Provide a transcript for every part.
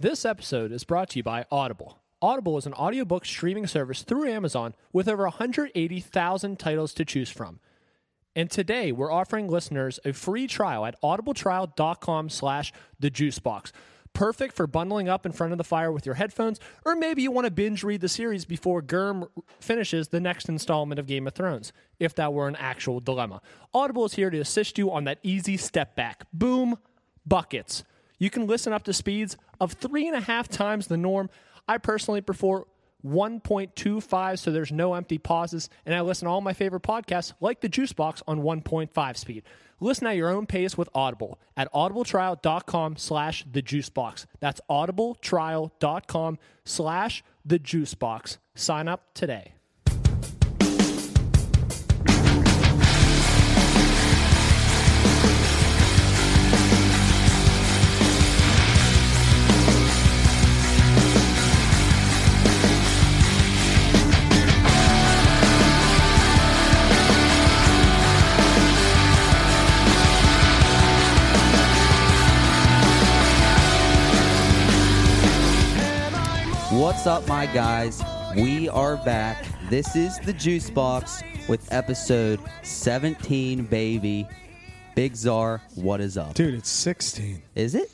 This episode is brought to you by Audible. Audible is an audiobook streaming service through Amazon with over 180,000 titles to choose from. And today we're offering listeners a free trial at audibletrial.com slash the juicebox. Perfect for bundling up in front of the fire with your headphones, or maybe you want to binge read the series before Germ finishes the next installment of Game of Thrones, if that were an actual dilemma. Audible is here to assist you on that easy step back. Boom, buckets. You can listen up to speeds of three and a half times the norm. I personally prefer 1.25, so there's no empty pauses, and I listen to all my favorite podcasts like the Juice Box on 1.5 speed. Listen at your own pace with Audible at audibletrial.com slash the juice box. That's audibletrial.com slash the juice box. Sign up today. What's up, my guys? We are back. This is the Juice Box with episode 17, baby. Big Czar, what is up? Dude, it's 16. Is it?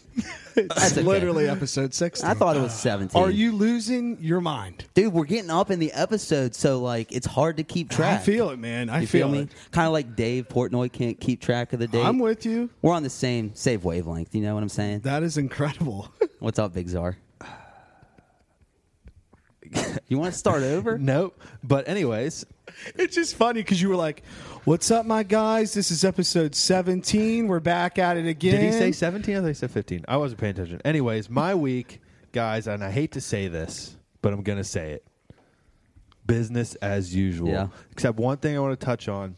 It's okay. literally episode 16. I thought it was 17. Are you losing your mind? Dude, we're getting up in the episode, so like it's hard to keep track. I feel it, man. I You feel, me? it. Kind of like Dave Portnoy can't keep track of the date. I'm with you. We're on the same same wavelength. You know what I'm saying? That is incredible. What's up, Big Czar? you want to start over? Nope. But anyways, it's just funny because you were like, "What's up, my guys? This is episode 17. We're back at it again." did he say 17? I think he said 15. I wasn't paying attention. Anyways, my week, guys, and I hate to say this, but I'm going to say it. Business as usual. Yeah. Except one thing I want to touch on.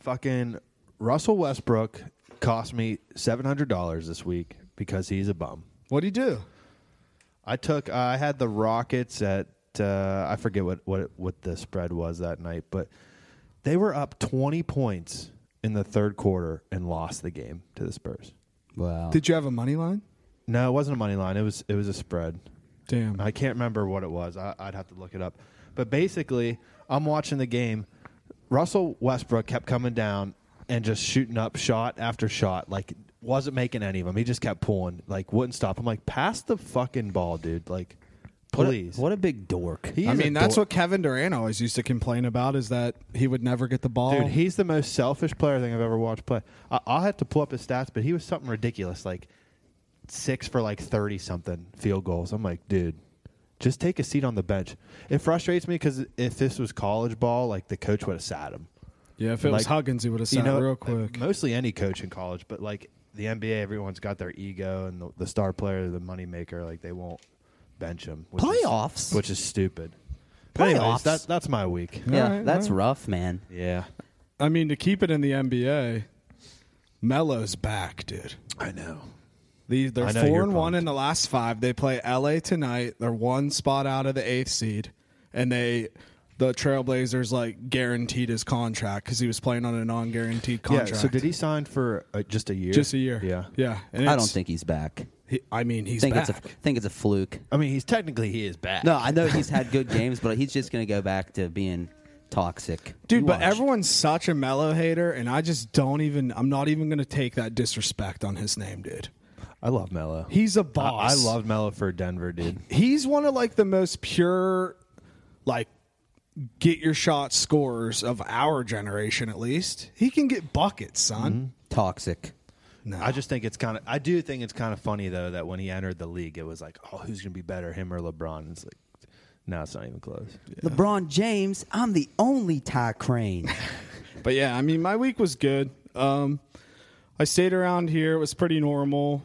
Fucking Russell Westbrook cost me $700 this week because he's a bum. What do you do? I took. I had the Rockets at. Uh, I forget what what what the spread was that night, but they were up twenty points in the third quarter and lost the game to the Spurs. Wow. Did you have a money line? No, it wasn't a money line. It was it was a spread. Damn. I can't remember what it was. I, I'd have to look it up. But basically, I'm watching the game. Russell Westbrook kept coming down and just shooting up shot after shot. Like wasn't making any of them. He just kept pulling. Like wouldn't stop. I'm like, pass the fucking ball, dude. Like, What a- please. What a, big dork. He I is a mean, that's dork. what Kevin Durant always used to complain about is that he would never get the ball. Dude, he's the most selfish player I think I've ever watched play. I- I'll have to pull up his stats, but he was something ridiculous, like six for like thirty something field goals. I'm like, dude, just take a seat on the bench. It frustrates me because if this was college ball, like the coach would have sat him. yeah, if it was Like, Huggins, he would have you said know, uh, real quick. Mostly any coach in college, but like the NBA, everyone's got their ego and the, the star player, the moneymaker, like they won't bench him. Which Playoffs? is, which is stupid. But anyways, Playoffs? that, that's my week. Yeah, All right, that's all right. rough, man. Yeah, I mean, to keep it in the NBA, Melo's back, dude. I know. These they're I know four you're and one pumped. in the last five. They play LA tonight. They're one spot out of the eighth seed, and they the Trailblazers like guaranteed his contract because he was playing on a non-guaranteed contract. Yeah. So did he sign for uh, just a year? Just a year. Yeah. yeah. And I it's- don't think he's back. He, I mean, he's think back. it's a think it's a fluke. I mean, he's technically he is back. No, I know he's had good games, but he's just going to go back to being toxic. Dude, You but watch. everyone's such a mellow hater, and I just don't even. I'm not even going to take that disrespect on his name, dude. I love Mello. He's a I, boss. I loved Mello for Denver, dude. he's one of like the most pure like get your shot scorers of our generation at least he can get buckets son toxic. no I just think it's kind of. I do think it's kind of funny though that when he entered the league, it was like, oh, who's gonna be better, him or LeBron? It's like, no, it's not even close. LeBron James, I'm the only Ty Crane. but yeah i mean my week was good um i stayed around here it was pretty normal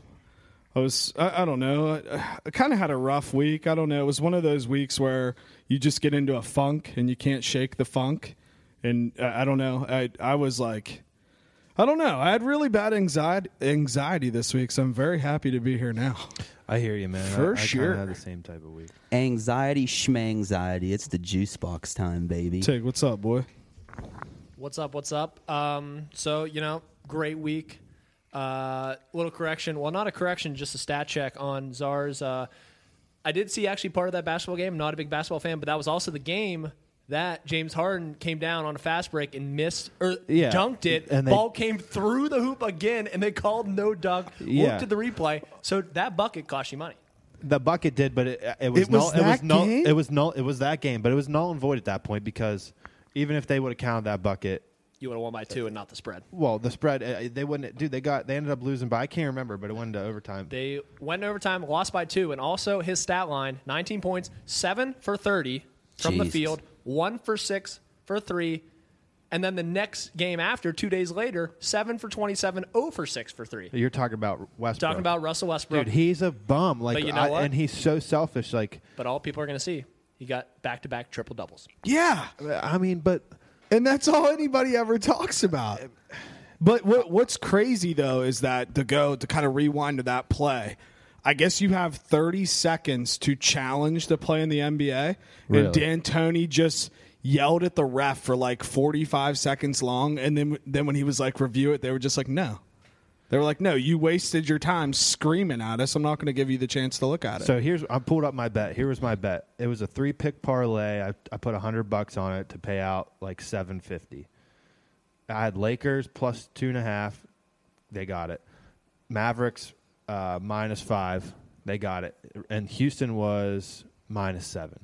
i was i, I don't know I, I kind of had a rough week i don't know it was one of those weeks where you just get into a funk and you can't shake the funk and i, I don't know i i was like I don't know. I had really bad anxiety anxiety this week, so I'm very happy to be here now. I hear you, man. For I, I sure. Had the same type of week. Anxiety, schmanxiety. It's the juice box time, baby. Tig, what's up, boy? What's up? What's up? Um, so you know, great week. Uh, little correction. Well, not a correction, just a stat check on Czar's. Uh, I did see actually part of that basketball game. Not a big basketball fan, but that was also the game that James Harden came down on a fast break and missed or Yeah. dunked it. And they- Ball came through the hoop again, and they called no dunk. Yeah. Looked at the replay. So that bucket cost you money. The bucket did, but it, it was It null. was it was that null. game? It was null. It was that game, but it was null and void at that point because even if they would have counted that bucket, You would have won by two and not the spread. well, the spread uh, they wouldn't. Dude, they got they ended up losing by I can't remember, but it went into overtime. They went in overtime, lost by two, and also his stat line: 19 points, seven for 30 from the Jesus. field, one for six for three, and then the next game after, two days later, seven for 27, 0 for six for three. You're talking about Westbrook. Talking about Russell Westbrook, dude, he's a bum. Like, But you know I- what? and he's so selfish. Like, but all people are going to see, he got back-to-back triple doubles. Yeah, I mean, but and that's all anybody ever talks about. But what what's crazy though is that to go to kind of rewind to that play. I guess you have 30 seconds to challenge the play in the NBA, Really? and Dan Tony just yelled at the ref for like 45 seconds long, and then then when he was like review it, they were just like no. They were like, "No, you wasted your time screaming at us. I'm not going to give you the chance to look at it." So here's I pulled up my bet. Here was my bet. It was a three pick parlay. I, I put hundred bucks on it to pay out like seven fifty. I had Lakers plus two and a half. They got it. Mavericks uh, minus five. They got it. And Houston was minus seven.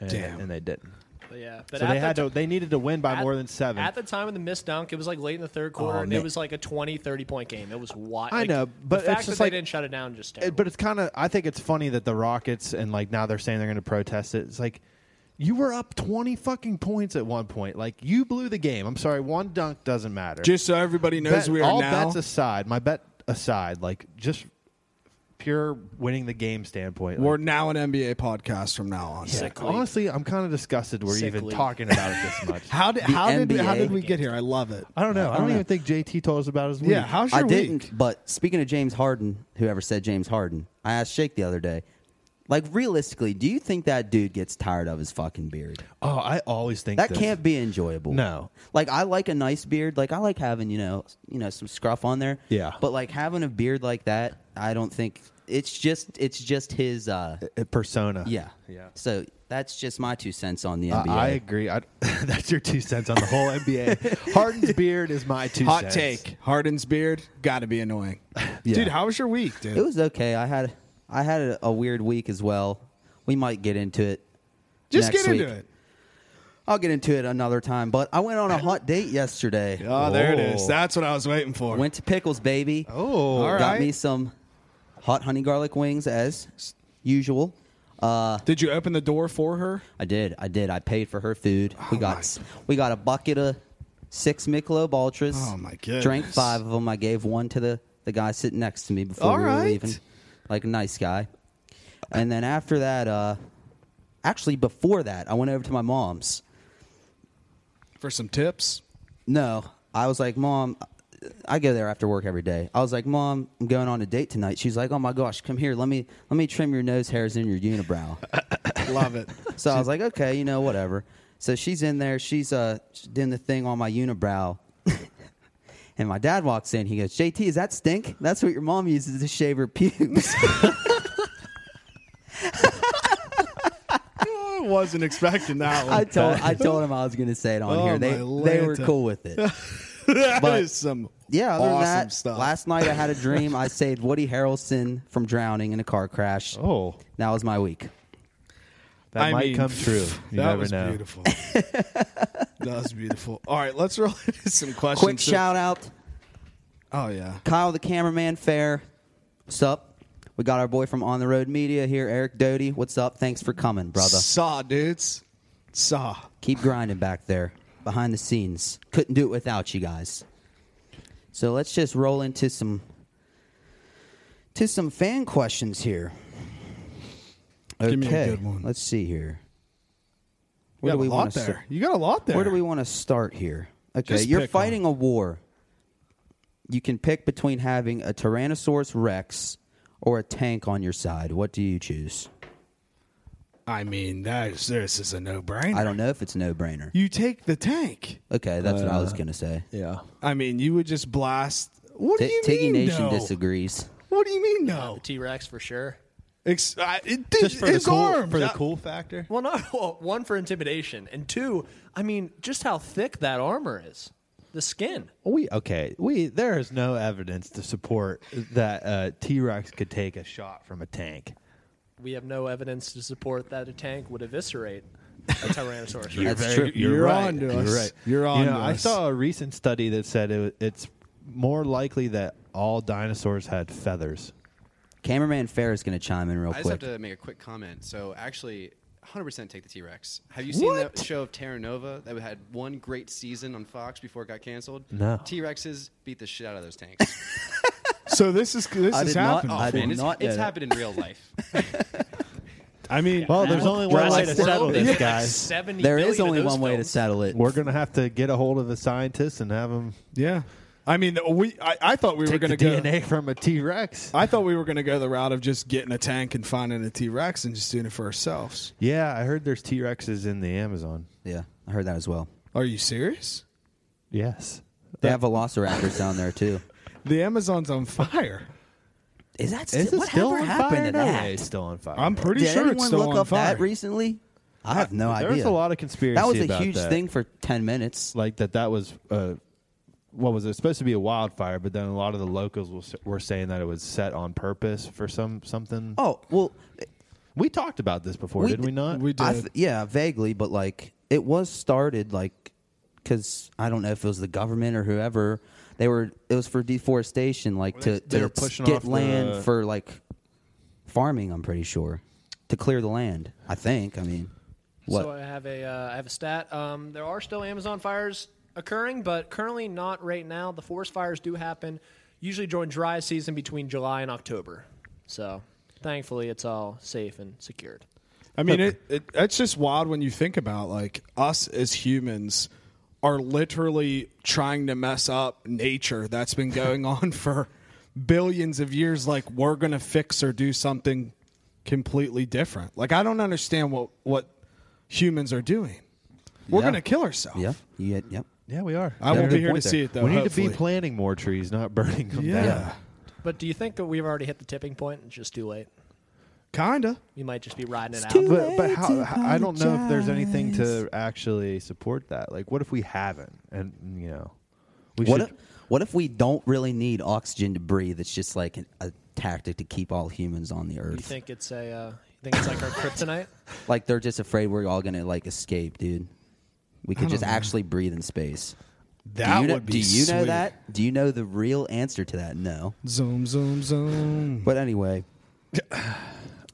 And, Damn. and they didn't. But yeah, but so at they the had ti- to. They needed to win by at- more than seven. At the time of the missed dunk, it was like late in the third quarter, and man. it was like a 20, 30 point game. It was wild. Oh, I know, the but it's fact just that like- they didn't shut it down just It- terrible. but it's kind of i think it's funny that the rockets and like now they're saying they're going to protest it it's like you were up 20 fucking points at one point like you blew the game i'm sorry one dunk doesn't matter just so everybody knows Bet- we are all now. bets aside my bet aside like just pure winning the game standpoint like, we're now an NBA podcast from now on. Sick league. honestly i'm kind of disgusted we're Sick even league. talking about it this much How did The how did how NBA. did we get here? I love it. i don't know i don't, know. even think jt told us about his Yeah, week. how's your I didn't. week? But speaking of James Harden, whoever said James Harden, I asked Shake the other day, like realistically, do you think that dude gets tired of his fucking beard? oh i always think That this. can't be enjoyable. No. Like I like a nice beard. Like I like having, you know, you know, some scruff on there. Yeah. But like having a beard like that, I don't think it's just it's just his uh Uh, persona yeah. yeah So that's just my two cents on the Uh, NBA. I agree. I, that's your two cents on the whole NBA. Harden's beard is my two Hot cents. take: Harden's beard got to be annoying. Dude, how was your week, dude? it was okay. I had I had a, a weird week as well. We might get into it. Just next get into week. it. I'll get into it another time, but I went on a hot date yesterday. Oh, there it Oh. is. That's what I was waiting for. Went to Pickles, baby. Oh, All got right. me some hot honey garlic wings as usual. Uh, did you open the door for her? I did, I did. I paid for her food. we Oh, got my. s- we got a bucket of six Michelob Ultras. Oh, my goodness. Drank five of them. I gave one to the the guy sitting next to me before All we were right. leaving, like a nice guy. And then after that, uh, actually before that, I went over to my mom's. for some tips? No, I was like, Mom, I go there after work every day. I was like, Mom, I'm going on a date tonight. She's like, Oh my gosh, come here. Let me let me trim your nose hairs and your unibrow. Love it. so I was like, Okay, you know, whatever. So she's in there. She's uh doing the thing on my unibrow. and my dad walks in. He goes, JT, is that stink? That's what your mom uses to shave her pubes. I wasn't expecting that one. I told I told him I was going to say it on Oh, here. They my they were Lanta. cool with it. That but- is some Yeah, other awesome than that, stuff. last night I had a dream. I saved Woody Harrelson from drowning in a car crash. Oh, That was my week. that I might mean, come true. You that never was know. beautiful. that was beautiful. All right, let's roll into some questions. Quick shout out, Oh yeah. Kyle the cameraman fair. What's up? We got our boy from On the Road Media here, Eric Doty. What's up? Thanks for coming, brother. Saw dudes. Saw. Keep grinding back there behind the scenes. Couldn't do it without you guys. So let's just roll into some to some fan questions here. Okay. Give me a good one. Let's see here. You got a wanna lot there. start? You got a lot there. Where do we want to start here? Okay, Just you're pick one. fighting a war. You can pick between having a Tyrannosaurus Rex or a tank on your side. What do you choose? I mean, that is, this is a no-brainer. I don't know if it's a no brainer. You take the tank. Uh, Okay, that's what I was going to say. Yeah. I mean, you would just blast What do T- you Tiggy mean Nation no? disagrees. What do you mean no? T Rex for sure. Ex- I, it, did Just for his the cool, arms for the I- cool factor. Well, not well, one for intimidation, and two, I mean, just how thick that armor is, the skin. We okay. We there is no evidence to support that uh, T Rex could take a shot from a tank. We have no evidence to support that a tank would eviscerate a Tyrannosaurus. Rex. That's true. You're onto us. You're right. You're You onto know, I us. saw a recent study that said it, wa- it's more likely that all dinosaurs had feathers. Cameraman Fair is going to chime in real I just quick. have to make a quick comment. So actually, 100% take the T Rex. Have you seen What? the show of Terra Nova that had one great season on Fox before it got canceled? No. T Rexes beat the shit out of those tanks. So this is this I is did not- happening. I oh, did man, it's, not know it's that. happened in real life. I mean, Well, there's only one way to settle this, guys. Seventy. there is billion of only those one way to films. settle it. We're gonna have to get a hold of a scientist and have him yeah. I mean, we. I, I thought we were take going to go. the DNA from a T Rex. I thought we were going to go the route of just getting a tank and finding a T Rex and just doing it for ourselves. Yeah, I heard there's T Rexes in the Amazon. yeah, I heard that as well. Are you serious? Yes. They have velociraptors down there too. The Amazon's on fire. Is that Is still, it still whatever on happened fire? to No that? way it's still on fire. I'm pretty Did sure it's anyone still look on up fire. that recently? I have no There idea. was a lot of conspiracy. That was a about huge that. thing for ten minutes. Like that. That was uh, what was it supposed to be a wildfire, but then a lot of the locals was, were saying that it was set on purpose for some something. Oh well, we talked about this before, We did we did- not? we I did. th- yeah, vaguely, but like it was started like because I don't know if it was the government or whoever they were. It was for deforestation, like they- to, they to were pushing get off land the- for like farming. I'm pretty sure to clear the land. I think. I mean, what? So I have a uh, I have a stat. Um, there are still Amazon fires occurring, but currently not right now. The forest fires do happen, usually during dry season between July and October. So thankfully, it's all safe and secured. I mean, it, it it's just wild when you think about like us as humans are literally trying to mess up nature that's been going on for billions of years. Like we're gonna fix or do something completely different. Like I don't understand what what humans are doing. We're Yeah. gonna kill ourselves. yeah, yeah, yep. yeah, we are. I won't There's a be here point to there. see it, though, We need hopefully. to be planting more trees, not burning them. Yeah. down. But do you think that we've already hit the tipping point? It's just too late. kinda. You might just be riding it out. too- But but how, how- I don't know if there's anything to actually support that. Like, what if we haven't? And you know, we What should. if, what if we don't really need oxygen to breathe? It's just like an, a tactic to keep all humans on the earth. You think it's a uh, you think it's like our kryptonite? Like they're just afraid we're all gonna like escape, dude. We could just actually breathe in space. That do you know, would be Do you know sweet. that? Do you know the real answer to that? No. Zoom, zoom, zoom. But anyway,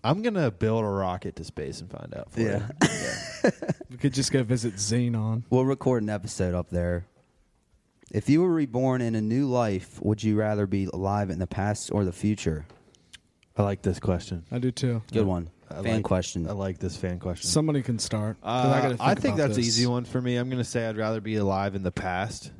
I'm gonna build a rocket to space and find out for Yeah. you. We could just go visit Xenon. we'll record an episode up there. If you were reborn in a new life, would you rather be alive in the past or the future? I like this question. I do too. Good one. I Fan like- question. I like this fan question. Somebody can start. 'cause Uh, I, I, gotta think think about that's an this. easy one for me. I'm going to say I'd rather be alive in the past,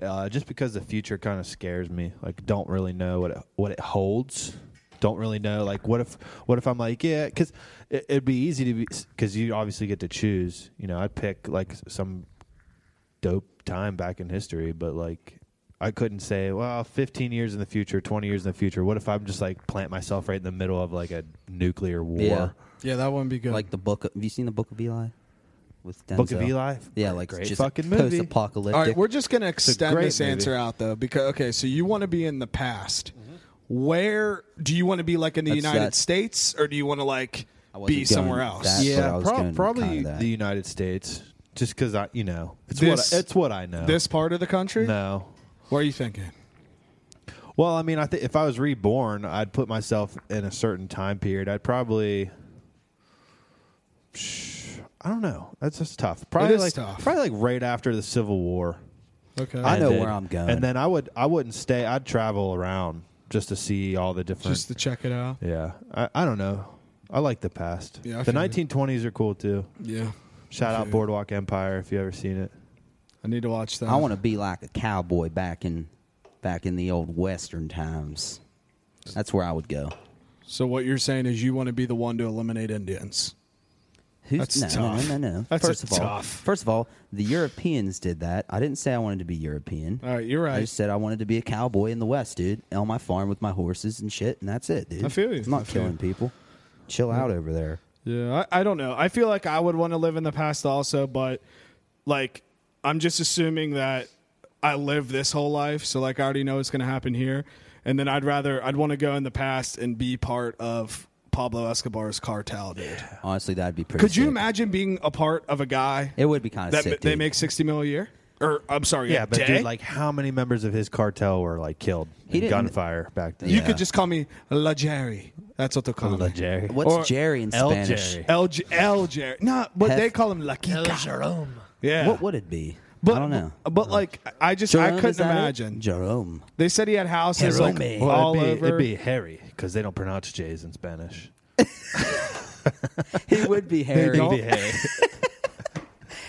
uh, just because the future kind of scares me. Like, don't really know what it, what it holds. Don't really know. Like, what if what if I'm like, yeah, because it, it'd be easy to be because you obviously get to choose. You know, I'd pick like some dope time back in history, but like. I couldn't say, well, 15 years in the future, 20 years in the future. What if I'm just like plant myself right in the middle of like a nuclear war? Yeah. Yeah, that wouldn't be good. Like the book. Of, have you seen the Book of Eli? With Denzel. Book of Eli? Yeah, Great- like great just fucking movie. Post-apocalyptic. All right, we're just going to extend great this movie. answer out though, because okay, so you want to be in the past. Where do you want to be, like in the That's- United that's- States, or do you want to like wasn't be somewhere going else? that- That's what I was gonna- probably kinda that. the United States, just because I, you know, it's This- what I, it's what I know. This part of the country? no. What are you thinking? Well, I mean, I think if I was reborn, I'd put myself in a certain time period. I'd probably, Shh, I don't know. That's just tough. Probably is like tough. probably like right after the Civil War. Okay. I know ended. where I'm going. And then I would I wouldn't stay. I'd travel around just to see all the different. just to check it out. yeah, I, I don't know. I like the past. Yeah, I the feel you. 1920s are cool too. Yeah. Shout feel out you. Boardwalk Empire if you ever seen it. I need to watch that. I want to be like a cowboy back in back in the old western times. That's where I would go. So what you're saying is you want to be the one to eliminate Indians. Who's That's no, tough. no, no, no, no. That's first of all, tough. first of all, the Europeans did that. I didn't say I wanted to be European. All right, you're I right. just said I wanted to be a cowboy in the West, dude, on my farm with my horses and shit, and that's it, dude. I feel you. I'm not I feel you. killing people. Chill out over there. Yeah, I, I don't know. I feel like I would want to live in the past also, but like I'm just assuming that I live this whole life, so like I already know it's going to happen here, and then I'd rather I'd want to go in the past and be part of Pablo Escobar's cartel, dude. Honestly, that'd be pretty. Could you sick. imagine being a part of a guy It would be kind of that sick. they dude. make sixty mil a year? Or I'm sorry, Yeah, a but day? dude, like, how many members of his cartel were like killed He in didn't- gunfire back then? you could just call me La Jerry. That's what they call me. Jerry. What's or Jerry in El Spanish? Jerry. El, J- El Jerry. No, but Hef- they call him La Kika. Jerome. Yeah. What would it be? but, I don't know. But like, I just Jerome, I is couldn't that it? imagine. Jerome. They said he had houses like, Jerome. Well, all it'd be, over. It'd be Harry because they don't pronounce J's in Spanish. He would be Harry. It'd be Harry.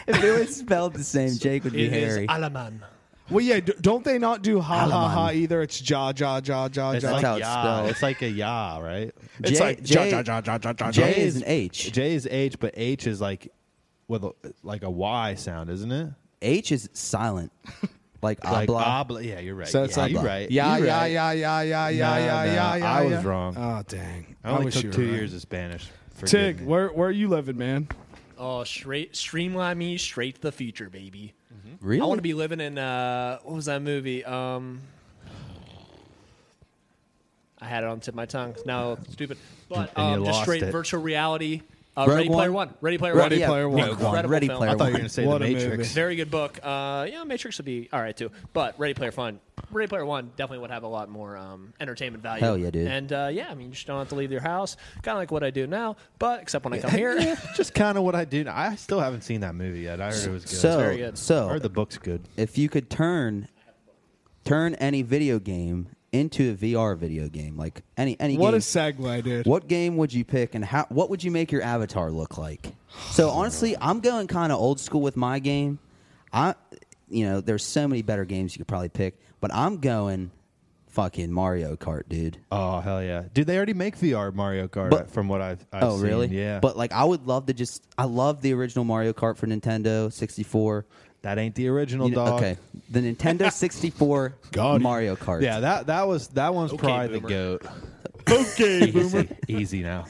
if it was spelled the same, Jake would be Harry. Alaman. Well, yeah. d- Don't they not do ha ha ha either? It's ja ja ja ja It's ja. like how it's ya. spelled. It's like a ya, right? J- it's like J- ja ja ja ja ja ja. J J is an H. J is H, but H is like with a, like a Y sound, isn't it? H is silent, like Like obla. obla- Yeah, you're right. So it's yeah, like- you're right. Yeah You're yeah right. yeah yeah yeah yeah No, yeah no, yeah yeah. I was yeah. wrong. Oh dang! I only wish took you were two right. years of Spanish. Forgive Tig, me. where where are you living, man? Oh, straight streamline me straight to the future, baby. Mm-hmm. Really? I want to be living in uh, what was that movie? Um, I had it on the tip of my tongue. Now it's stupid, but And you um, just lost straight it. virtual reality. Uh, Rogue Ready Player One? One. Ready Player Ready One. yeah, Player One. Rogue One. Incredible Ready film. Player I thought you were One. going to say What the a Matrix. movie. Very good book. Uh, yeah, Matrix would be all right too. But Ready Player Fun, Ready Player One definitely would have a lot more um, entertainment value. Hell yeah, dude. And uh, yeah, I mean, you just don't have to leave your house, kind of like what I do now, but except when I come here. Just kind of what I do. I still haven't seen that movie yet. I heard it was good. very So, good. I heard the so book's good. if you could turn turn any video game into a VR video game, like any any What a game, segue, dude. what game would you pick, and how? What would you make your avatar look like? So honestly, I'm going kind of old school with my game. I, you know, there's so many better games you could probably pick, but I'm going fucking Mario Kart, dude. Oh hell yeah, dude! They already make VR Mario Kart But- from what I've, I've oh seen. really? Yeah, But like, I would love to just. I love the original Mario Kart for Nintendo 64. that ain't the original You know- dog. okay, the Nintendo 64 Mario Kart. Yeah, that that was that one's Okay, probably boomer. the goat. okay, boomer. Easy now.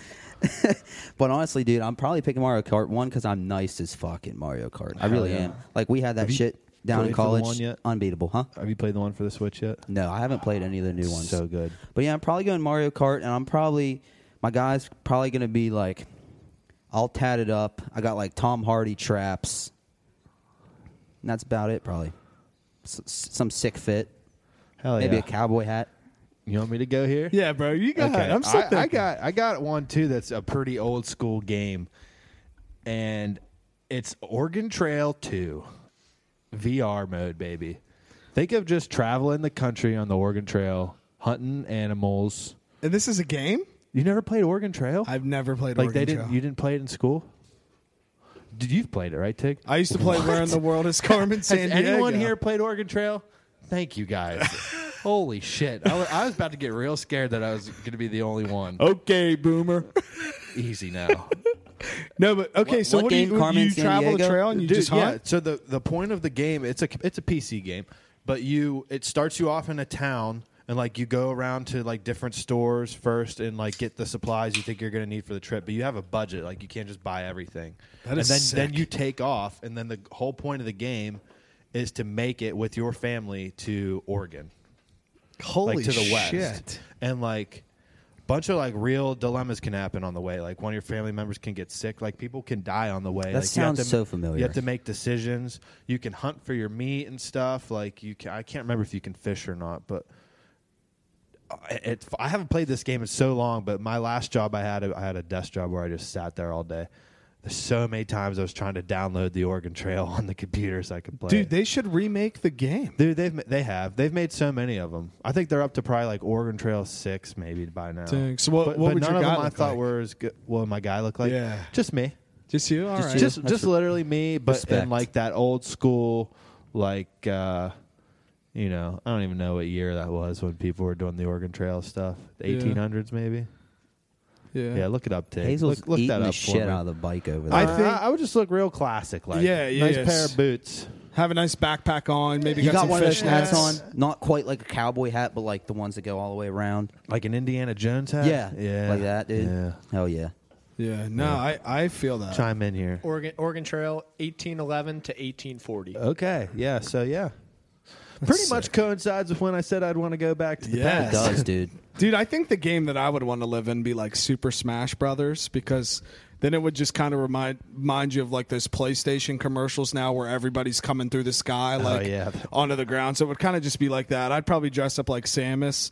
But honestly, dude, I'm probably picking Mario Kart one because I'm nice as fuck at Mario Kart. I Hell really yeah. am. Like we had that Have you shit down played for in the college. one yet? Unbeatable, huh? Have you played the one for the Switch yet? No, I haven't played any of the new ones. So good. But yeah, I'm probably going Mario Kart, and I'm probably my guy's probably going to be like all tatted up. I got like Tom Hardy traps, and that's about it. Probably S- s- some sick fit, Hell maybe Oh, yeah. a cowboy hat. you want me to go here? Yeah, bro, you got. Okay. I'm still I, I thinking. got I got one too that's a pretty old school game. And it's Oregon Trail 2. VR mode, baby. Think of just traveling the country on the Oregon Trail, hunting animals. And this is a game. You never played Oregon Trail? I've never played. like Oregon they didn't Trail. you didn't play it in school? Did you've played it, right, Tig? I used to play Where in the World is Carmen Has San Diego. anyone here played Oregon Trail? Thank you guys. Holy shit. I was, I was about to get real scared that I was going to be the only one. Oh. Okay, boomer. Easy now. No, but okay. What- so what what, game, do you, Carmen you San travel Diego? the trail and you Dude, just yeah. hunt? So the the point of the game it's a it's a PC game, but you it starts you off in a town and like you go around to like different stores first and like get the supplies you think you're going to need for the trip, but you have a budget like you can't just buy everything. That is and then then sick. you take off and then the whole point of the game is to make it with your family to Oregon. Holy like to the west, shit! and like a bunch of like real dilemmas can happen on the way. Like one of your family members can get sick. Like people can die on the way. Like, you have sounds to- so familiar. You have to make decisions. You can hunt for your meat and stuff. Like you, can, I can't remember if you can fish or not, but. I- It, I haven't played this game in so long, but my last job I had, I had a desk job where I just sat there all day. There's so many times I was trying to download the Oregon Trail on the computer so I could play. it. Dude, they should remake the game. Dude, they've ma- they have they've made so many of them. I think they're up to probably like Oregon Trail six maybe by now. Dang, so what- but, what but would none your of guy them I look thought like? were as good. What my guy look like? Yeah. just me, Just you, all right. you. just that's just re- literally me, but Respect. in like that old school, like uh, you know, I don't even know what year that was when people were doing the Oregon Trail stuff. The Yeah. 1800s maybe. Yeah. Yeah, look it up, Tig. Hazel's look, look eating that the up for shit me. out of the bike over there. I I think- think I would just look real classic, like Yeah, nice yes. pair of boots. Have a nice backpack on. Maybe you got, got some one of those fishnets. hats on, not quite like a cowboy hat, but like the ones that go all the way around. Like an Indiana Jones hat? Yeah, Yeah. like that, dude. Yeah. Hell yeah. Yeah, no, I, I feel that. Chime in here. Oregon, Oregon Trail, 1811 to 1840. Oh. Okay. Yeah. So, yeah. Pretty much coincides with when I said I'd want to go back to the Yes. It past. does, dude. Dude, I think the game that I would want to live in be like Super Smash Brothers because then it would just kind of remind mind you of like those PlayStation commercials now where everybody's coming through the sky Oh, like yeah. onto the ground. So it would kind of just be like that. I'd probably dress up like Samus.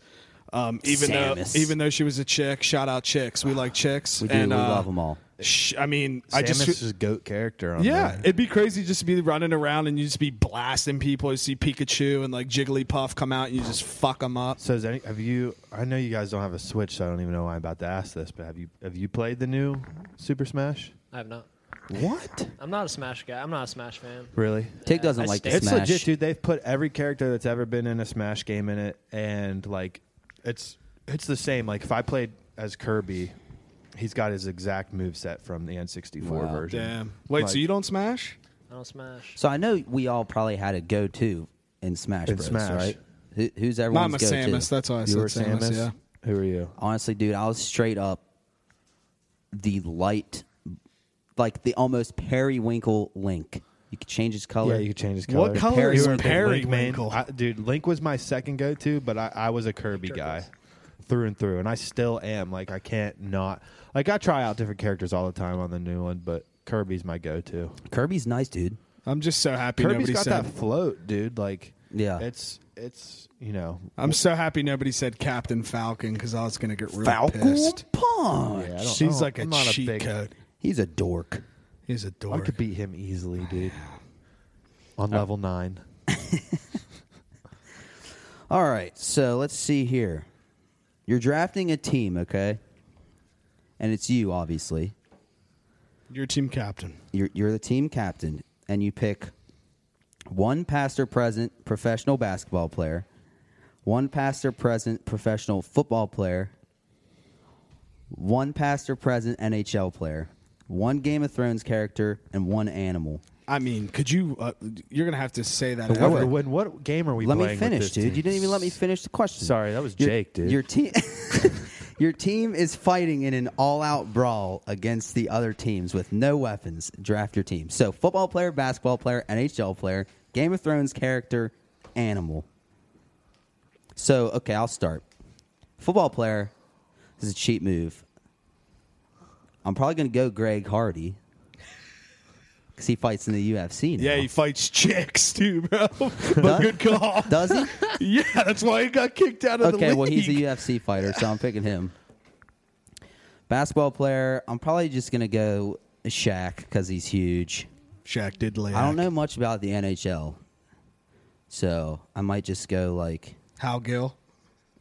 Um, even Samus. though even though she was a chick, shout out chicks. We like chicks. We do. And, we uh, love them all. sh- I mean, I Samus just is a goat character on yeah, there. it'd be crazy just to be running around and you just be blasting people. You see Pikachu and like Jigglypuff come out and you just fuck them up. So is any, have you? I know you guys don't have a Switch, so I don't even know why I'm about to ask this. But have you have you played the new Super Smash? I have not. What? I'm not a Smash guy. I'm not a Smash fan. Really? Tig doesn't I like the stand- It's smash. legit, dude. They've put every character that's ever been in a Smash game in it, and like, it's it's the same. Like if I played as Kirby, he's got his exact move set from the N64 Wow. version. Damn. Wait, Like- so you don't smash? I don't smash. So I know we all probably had a go-to in Smash In Bros, Smash. right? Who, who's everyone's Mama go-to? Samus. That's why I You were said Samus. Samus. Yeah. Who are you? Honestly, dude, I was straight up the light, like the almost periwinkle Link. You could change his color. Oh, Yeah, you could change his color. What color is Periwinkle. Link, man. periwinkle? I- dude, Link was my second go to, but I, I was a Kirby guy through and through, and I still am. Like, I can't not. Like, I try out different characters all the time on the new one, but Kirby's my go to. Kirby's nice, dude. I'm just so happy Kirby's nobody got said. that float, dude. Like, Yeah. It's, it's you know. I'm so happy nobody said Captain Falcon because I was gonna get really Falcon pissed. Punch. Yeah, I don't- I She's don't- like a I'm not cheat big- code. He's a dork. He's a I dork. could beat him easily, Oh, dude. On Uh, level nine. All right, so let's see here. You're drafting a team, okay? And it's you, obviously. Your team captain. You're, you're the team captain, and you pick one past or present professional basketball player, one past or present professional football player, one past or present NHL player, one Game of Thrones character, and one animal. I mean, could you? Uh, you're gonna have to say that. What, every- when, what game are we let me playing? with finish, this dude. team? You didn't even let me finish the question. Sorry, that was Your- Jake, dude. Your team, your team is fighting in an all-out brawl against the other teams with no weapons. Draft your team. So, football player, basketball player, NHL player, Game of Thrones character, animal. So, okay, I'll start. Football player. This is a cheap move. I'm probably going to go Greg Hardy because he fights in the UFC now. yeah, he fights chicks too, bro. Does- but good call. does he? yeah, that's why he got kicked out of the league. Okay, well, he's a UFC fighter, so I'm picking him. Basketball player, I'm probably just going to go Shaq because he's huge. Shaq did lay. I don't know much about the NHL, so I might just go like, Hal Gill.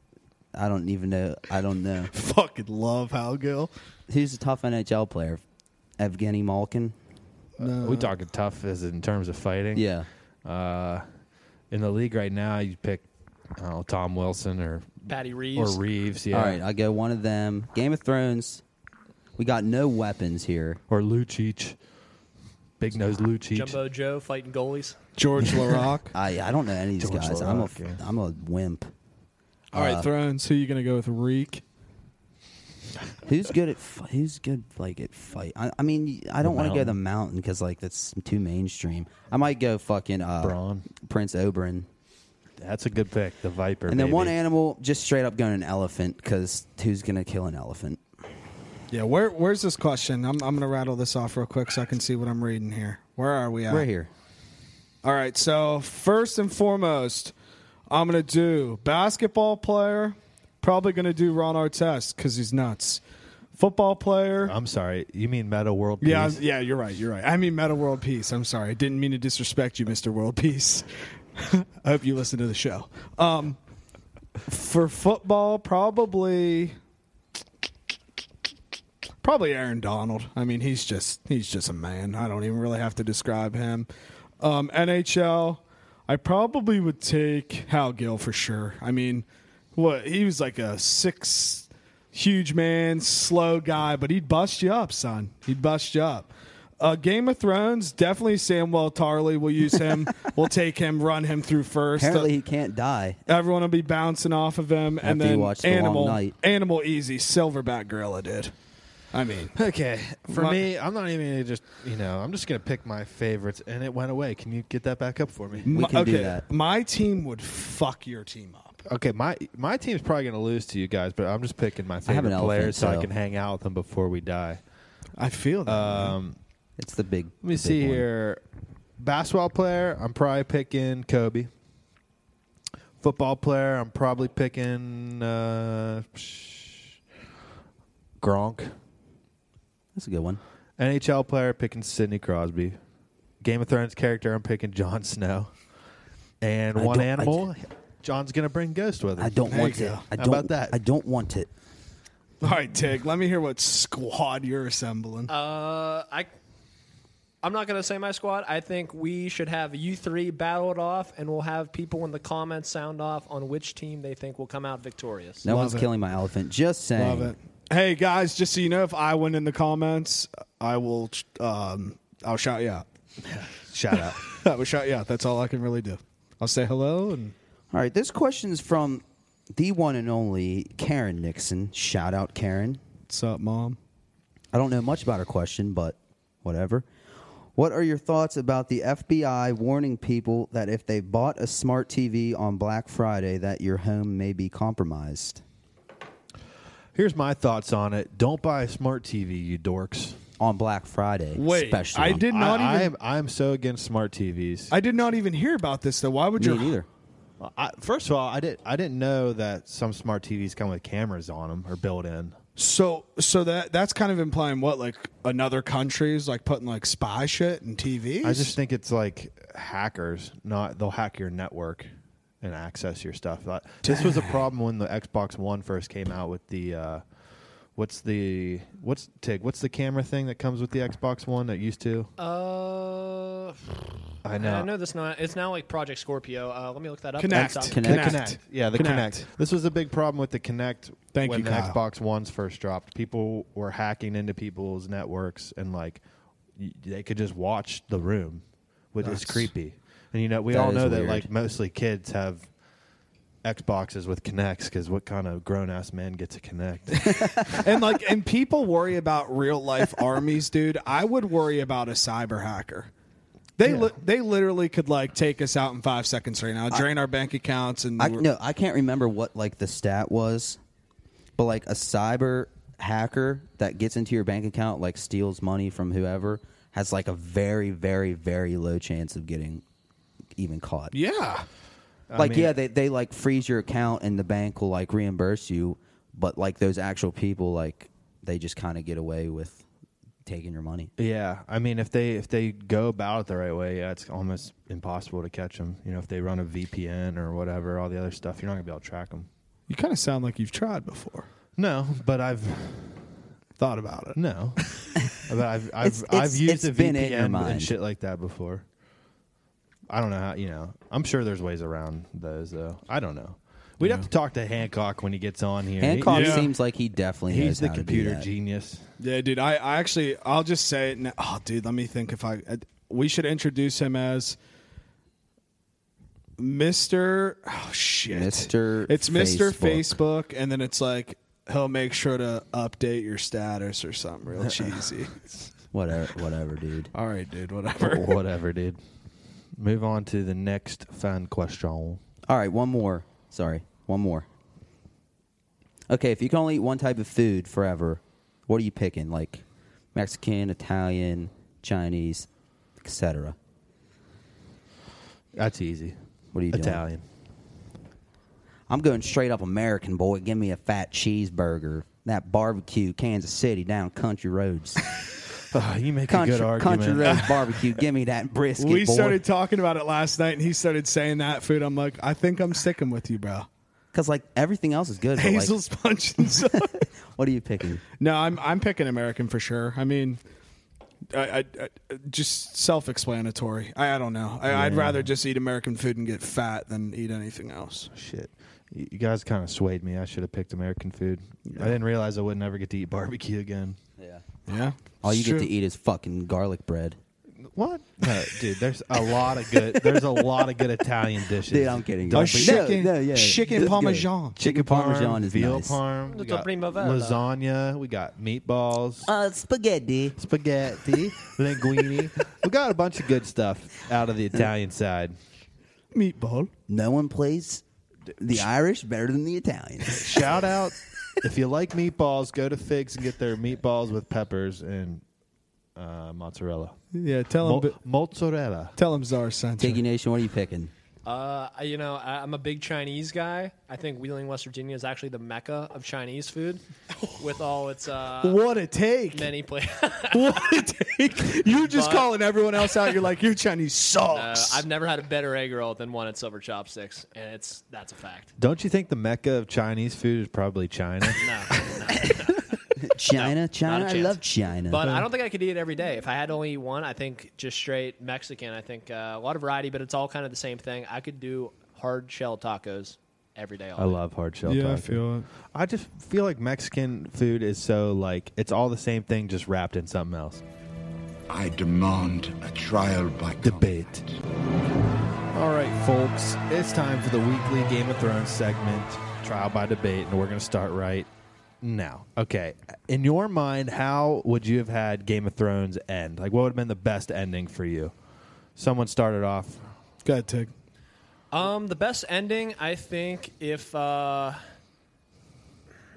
I don't even know. I don't know. Fucking love Hal Gill. Who's a tough NHL player? Evgeny Malkin? Uh, we talking tough as in terms of fighting. Yeah. Uh, in the league right now, you pick I don't know, Tom Wilson or Patty Reeves. or Reeves, yeah, All right, I go one of them. Game of Thrones, we got no weapons here. or Lucic, big nose Lucic. Jumbo Joe fighting goalies. George LaRock. I, I don't know any of these George guys. I'm a, Laroque, yeah. am a wimp. All right, Thrones. Who you gonna go with? Reek. Who's good at fi- who's good like at fight? I, I mean, I don't want to go Mountain. the mountain because like that's too mainstream. I might go fucking uh, Braun. Prince Oberyn, That's a good pick, the Viper. and then one baby. animal just straight up going an elephant because who's gonna kill an elephant? Yeah, where where's this question? I'm I'm gonna rattle this off real quick so I can see what I'm reading here. Where are we at? Right here. All right. So first and foremost, I'm gonna do basketball player. Probably gonna do Ron Artest because he's nuts. Football player. I'm sorry, you mean Meta World? yeah, Peace? yeah, you're right. You're right. I mean, Meta World Peace. I'm sorry. I didn't mean to disrespect you, Mr. World Peace. I hope you listen to the show. Um, for football, probably, probably Aaron Donald. I mean, he's just he's just a man. I don't even really have to describe him. Um, NHL, I probably would take Hal Gill for sure. I mean, what he was like a six huge man, slow guy, but he'd bust you up, son. He'd bust you up. Uh, Game of Thrones, definitely Samwell Tarly. We'll use him. we'll take him, run him through first. Apparently, he can't die. Everyone will be bouncing off of him, and After you then watch The Long animal, Night. animal, easy, silverback gorilla, dude. I mean, Okay, for My- me, I'm not even gonna just you know I'm just gonna pick my favorites, and it went away. Can you get that back up for me? We my- can okay, do that. my team would fuck your team up. Okay, my my team's probably gonna lose to you guys, but I'm just picking my have an favorite elephant players so I tail. can hang out with them before we die. I feel that. Um, It's the big. let me the see big one. here. Basketball player, I'm probably picking Kobe. Football player, I'm probably picking uh, sh- Gronk. That's a good one. NHL player, picking Sidney Crosby. Game of Thrones character, I'm picking Jon Snow. And I one don't- I animal, John's gonna bring Ghost with him. I don't There want you it. go. I How don't, about that? I don't want it. All right, Tig, let me hear what squad you're assembling. Uh, I, I'm not gonna say my squad. I think we should have you three battle it off, and we'll have people in the comments sound off on which team they think will come out victorious. No Love one's it. killing my elephant. Just saying. Love it. Hey guys, just so you know, if I win in the comments, I will. Um, I'll shout you out. Shout out. I will shout you out. That's all I can really do. I'll say hello and All right, this question is from the one and only Karen Nixon. Shout out, Karen. what's up, mom. I don't know much about her question, but whatever. What are your thoughts about the FBI warning people that if they bought a smart TV on Black Friday that your home may be compromised? Here's my thoughts on it. Don't buy a smart TV, you dorks. On Black Friday, Wait, especially. I on- did not I, even- I am, I am so against smart TVs. I did not even hear about this though. Why would Me you? neither. I- first of all, I didn't I didn't know that some smart TVs come with cameras on them or built in. So, so that that's kind of implying what, like another country's like putting like spy shit in TVs. I just think it's like hackers. Not they'll hack your network and access your stuff. That- This was a problem when the Xbox One first came out with the. Uh, What's the what's Tig? What's the camera thing that comes with the Xbox One that used to? Uh, I know. I know this. Not it's now like Project Scorpio. Uh, let me look that up. Connect. That's- Connect. The Connect. Yeah, the Connect. Kinect. This was a big problem with the Connect Thank when you, the Kyle. Xbox Ones first dropped. People were hacking into people's networks and like y- they could just watch the room, which is That's- creepy. And you know, we That all is know that weird. like mostly kids have Xboxes with Connects because what kind of grown ass man gets a Connect? and like, and people worry about real life armies, dude. I would worry about a cyber hacker. They li- they literally could like take us out in five seconds right now, drain our bank accounts, and I, we're- no, I can't remember what like the stat was, but like a cyber hacker that gets into your bank account, like steals money from whoever, has like a very, very, very low chance of getting even caught. yeah. like mean- yeah, they they like freeze your account and the bank will like reimburse you, but like those actual people, like they just kind of get away with taking your money. Yeah, I mean, if they if they go about it the right way, yeah, it's almost impossible to catch them. You know, if they run a VPN or whatever, all the other stuff, you're not gonna be able to track them. You kind of sound like you've tried before. No, but I've Thought about it. no, but I've I've It's- I've it's- used it's a been in your VPN mind. and shit like that before. I don't know how you know. I'm sure there's ways around those though. I don't know. We'd have to talk to Hancock when he gets on here. He- Hancock Yeah. seems like he definitely knows he's the how to do computer that. genius. Yeah, dude. I, I actually, I'll just say it. Now. Oh, dude, let me think. If I, I- we should introduce him as Mister. Oh shit, Mr. It's Mister Facebook. Facebook, and then it's like he'll make sure to update your status or something real cheesy. Whatever, whatever, dude. All right, dude. Whatever. whatever, dude. Move on to the next fan question. All right, one more. Sorry, one more. Okay, if you can only eat one type of food forever, what are you picking? Like Mexican, Italian, Chinese, etc. That's easy. What are you doing? Italian. I'm going straight up American, boy. Give me a fat cheeseburger. That barbecue, Kansas City, down country roads. Oh, you make Country, a good argument. Ah, country roads barbecue. Give me that brisket, we boy. started talking about it last night, and he started saying that food. I'm like, I think I'm sticking with you, bro. Because like everything else is good. But, Hazel like, sponge and stuff. what are you picking? No, I'm I'm picking American for sure. I mean, I, I, I just self-explanatory. I, I don't know. I, I'd rather just eat American food and get fat than eat anything else. Shit. You you guys kind of swayed me. I should have picked American food. I didn't realize I would never get to eat barbecue again. Yeah. Yeah. All you It's get true. to eat is fucking garlic bread. What? No, dude, there's a lot of good. There's a lot of good Italian dishes. Dude, I'm kidding. Oh, Garlic bread. No, chicken- no, yeah. chicken That's good. parmesan. Chicken parmesan parm, is veal nice. parm. We Little got primavera. lasagna. We got meatballs, Uh, spaghetti. spaghetti, linguine. We got a bunch of good stuff out of the Italian side. Meatball. No one plays the Irish better than the Italians. Shout out if you like meatballs, go to Figs and get their meatballs with peppers and uh, mozzarella. Yeah. Um, Tell Mo- him. mozzarella. tell him Czar sent you. Diggy Nation, what are you picking? Uh, I- you know, I, I'm a big Chinese guy. I think Wheeling, West Virginia is actually the mecca of Chinese food with all its uh, What a take. many places. What a take. You're just But- calling everyone else out. You're like, your Chinese sucks. I've never had a better egg roll than one at Silver Chopsticks, and it's that's a fact. Don't you think the mecca of Chinese food is probably China? No, no. China, China. I chance. love China. Mm-hmm. but I don't think I could eat it every day. If I had to only eat one, I think just straight Mexican. I think uh, a lot of variety, but it's all kind of the same thing. I could do hard shell tacos every day. All I day. love hard shell. yeah, I tacos. feel it. I just feel like Mexican food is so like it's all the same thing, just wrapped in something else. I demand a trial by Debate. All right, folks, it's time for the weekly Game of Thrones segment, trial by debate, and we're going to start right now. Okay, in your mind, how would you have had Game of Thrones end? Like, what would have been the best ending for you? Someone started off. Go ahead, Tig. Um, the best ending, I think, if uh,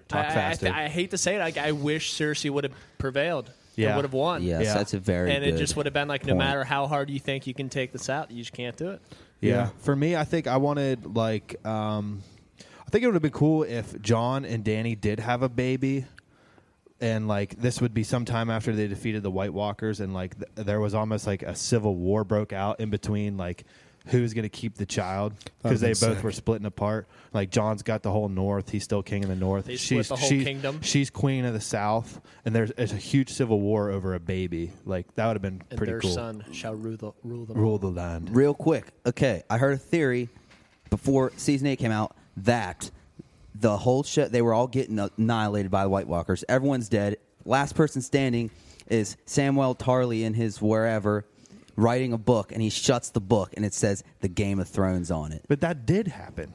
Talk I, I- faster. I, I hate to say it, like I wish Cersei would have prevailed. Yeah. and would have won. Yes, Yeah. that's a very and it good just would have been like, no point. matter how hard you think you can take this out, you just can't do it. Yeah. For me, I think I wanted like um I think it would have been cool if John and Danny did have a baby and like this would be sometime after they defeated the White Walkers and like th- there was almost like a civil war broke out in between like who's going to keep the child That'd because they have both been sick. were splitting apart. Like John's got the whole north, he's still king of the north. They split the whole kingdom. She's queen of the south and there's, there's a huge civil war over a baby. Like that would have been And pretty their cool. son shall rule the rule them. Rule the land. Real quick. Okay, I heard a theory before season eight came out that the whole show they were all getting annihilated by the White Walkers. Everyone's dead. Last person standing is Samuel Tarly in his wherever writing a book, and he shuts the book, and it says the Game of Thrones on it. But that did happen.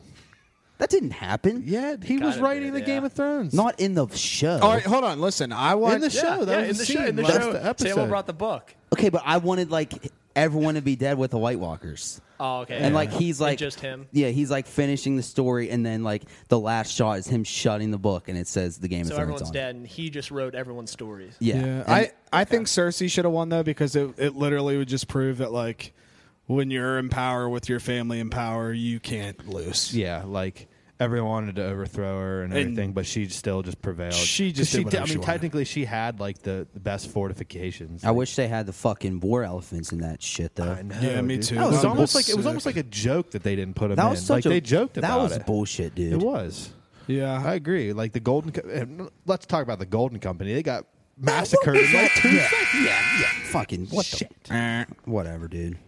That didn't happen. Yeah, he Kinda was writing did, the yeah. Game of Thrones. Not in the show. All right, hold on. Listen, I in want the show. That yeah, in was the scene. show. In the That's show, the episode. Samuel brought the book. Okay, but I wanted like everyone to be dead with the White Walkers. Oh, okay. And like he's And like just him. Yeah, he's like finishing the story, and then like the last shot is him shutting the book, and it says the Game So of Thrones everyone's on. it. dead, and he just wrote everyone's stories. Yeah, Yeah, And- I, I think Cersei should have won though because it, it literally would just prove that like when you're in power with your family in power, you can't lose. Yeah, like everyone wanted to overthrow her and And- everything, but she still just prevailed. She just did 'Cause She whatever I she mean, wanted. technically, she had like the, the best fortifications. I wish they had the fucking war elephants in that shit though. I know, Yeah, me dude. too. It was That was almost like it was sick. almost like a joke that they didn't put him That in. was like such a they joked that about was it. bullshit, dude. It was. Yeah. I agree. Like the Golden. Co- and Let's talk about the Golden Company. They got massacred. in like two seconds. Fucking what the Eh. whatever, dude.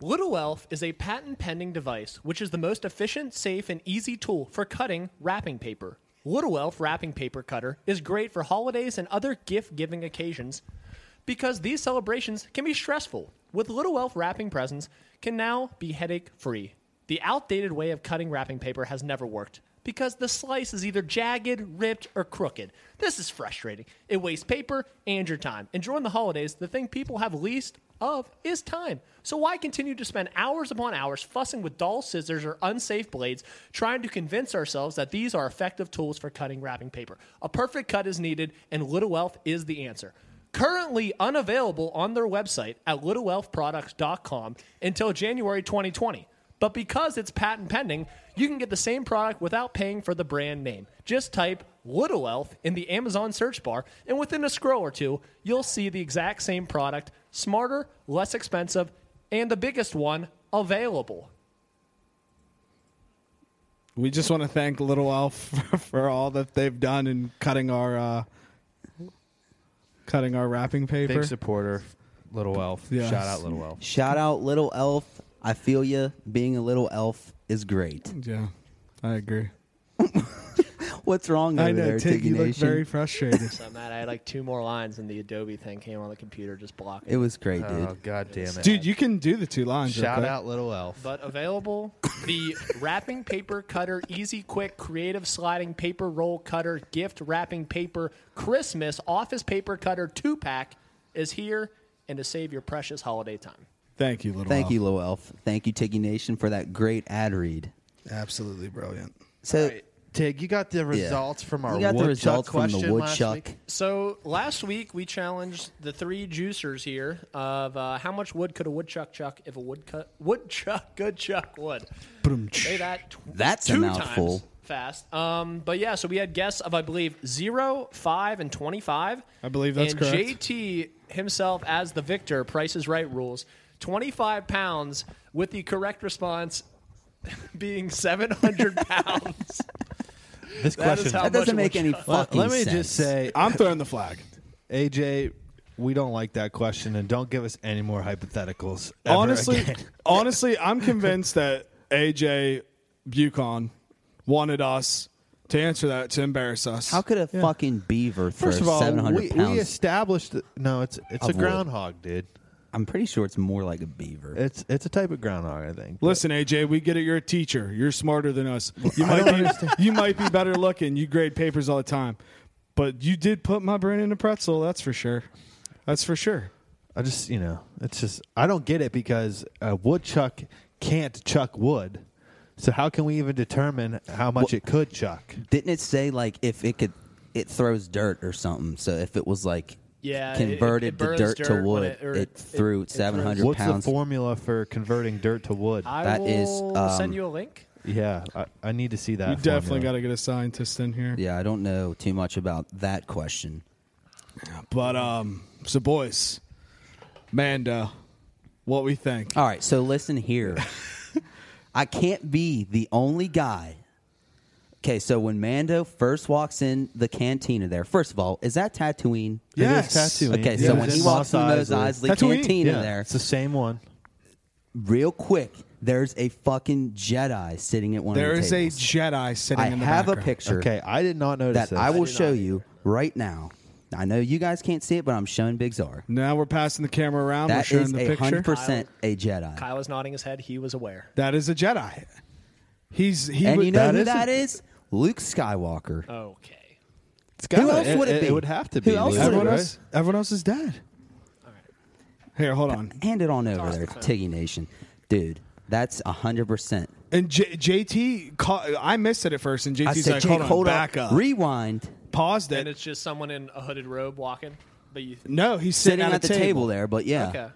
Little Elf is a patent pending device which is the most efficient, safe, and easy tool for cutting wrapping paper. Little Elf wrapping paper cutter is great for holidays and other gift giving occasions because these celebrations can be stressful. With Little Elf wrapping presents can now be headache free. The outdated way of cutting wrapping paper has never worked because the slice is either jagged, ripped, or crooked. This is frustrating. It wastes paper and your time. And during the holidays, the thing people have least of is time. So why continue to spend hours upon hours fussing with dull scissors or unsafe blades, trying to convince ourselves that these are effective tools for cutting wrapping paper? A perfect cut is needed, and Little Elf is the answer. Currently unavailable on their website at littleelfproducts.com until January 2020. But because it's patent pending, you can get the same product without paying for the brand name. Just type Little Elf in the Amazon search bar, and within a scroll or two, you'll see the exact same product, smarter, less expensive, and the biggest one, available. We just want to thank Little Elf for, for all that they've done in cutting our uh, cutting our wrapping paper. Big supporter, Little Elf. Yeah. Shout out, Little Elf. Shout out little elf. I feel you. Being a little elf is great. yeah. I agree. What's wrong over I know, there, Tig. Tiggy You look Nation? very frustrated. So Matt, I had like two more lines, and the Adobe thing came on the computer, just blocking. It was great, dude. Oh god damn it, Dude, you can do the two lines. real Shout quick. out, little elf. but available the wrapping paper cutter easy quick creative sliding paper roll cutter gift wrapping paper christmas office paper cutter two pack is here and to save your precious holiday time Thank you, little. Thank Elf. you, Low Elf. Thank you, Tiggy Nation, for that great ad read. Absolutely brilliant. So Tig, you got the yeah. results from our you got woodchuck the results from question the last woodchuck. week? so last week we challenged the three juicers here of uh, how much wood could a woodchuck chuck if a woodcut woodchuck good chuck would say that tw- That's a two mouthful. times fast um, but yeah so we had guests of i believe zero five and 25 I believe that's and correct. JT himself as the victor, Price is Right rules, 25 pounds with the correct response being 700 pounds. That This is question. how That much doesn't of make a any chuck- let, fucking let me sense. just say, I'm throwing the flag. AJ, we don't like that question, and don't give us any more hypotheticals. ever Honestly, again. honestly, I'm convinced that AJ Bucon wanted us to answer that to embarrass us. how could a fucking beaver throw first of all, 700 we, pounds? we established. that- No, it's it's Of wood. a groundhog, dude. I'm pretty sure it's more like a beaver. It's it's a type of groundhog, I think. Listen, AJ, we get it. You're a teacher. You're smarter than us. You might be you might be better looking. You grade papers all the time, but you did put my brain in a pretzel. That's for sure. That's for sure. I just you know, it's just I don't get it because a woodchuck can't chuck wood. So how can we even determine how much it could chuck? Didn't it say like if it could, it throws dirt or something? So if it was like Yeah, it- it- converted it the burns dirt, to dirt when wood, it- or it, it- threw it- it 700 What's pounds. the formula for converting dirt to wood? I That is, will um, send you a link. yeah, I, I need to see that. You definitely got formula. to get a scientist in here. yeah, I don't know too much about that question. But um, so boys, Manda, what we think? All right, so listen here. I can't be the only guy. Okay, so when Mando first walks in the cantina there, first of all, is that Tatooine? It is Yes. Tatooine. Okay, Yeah, so when it's he in walks in Mos those Isley Eisley. Tatooine, cantina Yeah, there, it's the same one. real quick, there's a fucking Jedi sitting at one There of the is a tables. Jedi sitting I in the have a background. picture Okay, I did not notice that this. I will show you right now. I know you guys can't see it, but I'm showing Big Czar. Now we're passing the camera around. we're That showing is the a picture. hundred percent a Jedi. Kyle is nodding his head. He was aware. That is a Jedi. He's he. and would- you know that who is a- that is? Luke Skywalker. Okay. It's gotta- Who else would it be? It would have to Who be. else Luke, would it Everyone be? right? else, everyone else is dead. Here, hold on. Hand it on over there, Tiggy Nation, dude. That's a hundred percent. And J- JT, caught, I missed it at first, and JT's I said, like, Jake, hold on, hold back up, up, rewind. paused And it. it's just someone in a hooded robe walking. But you, No, he's Sitting sitting, at the table. there. there, but yeah, okay.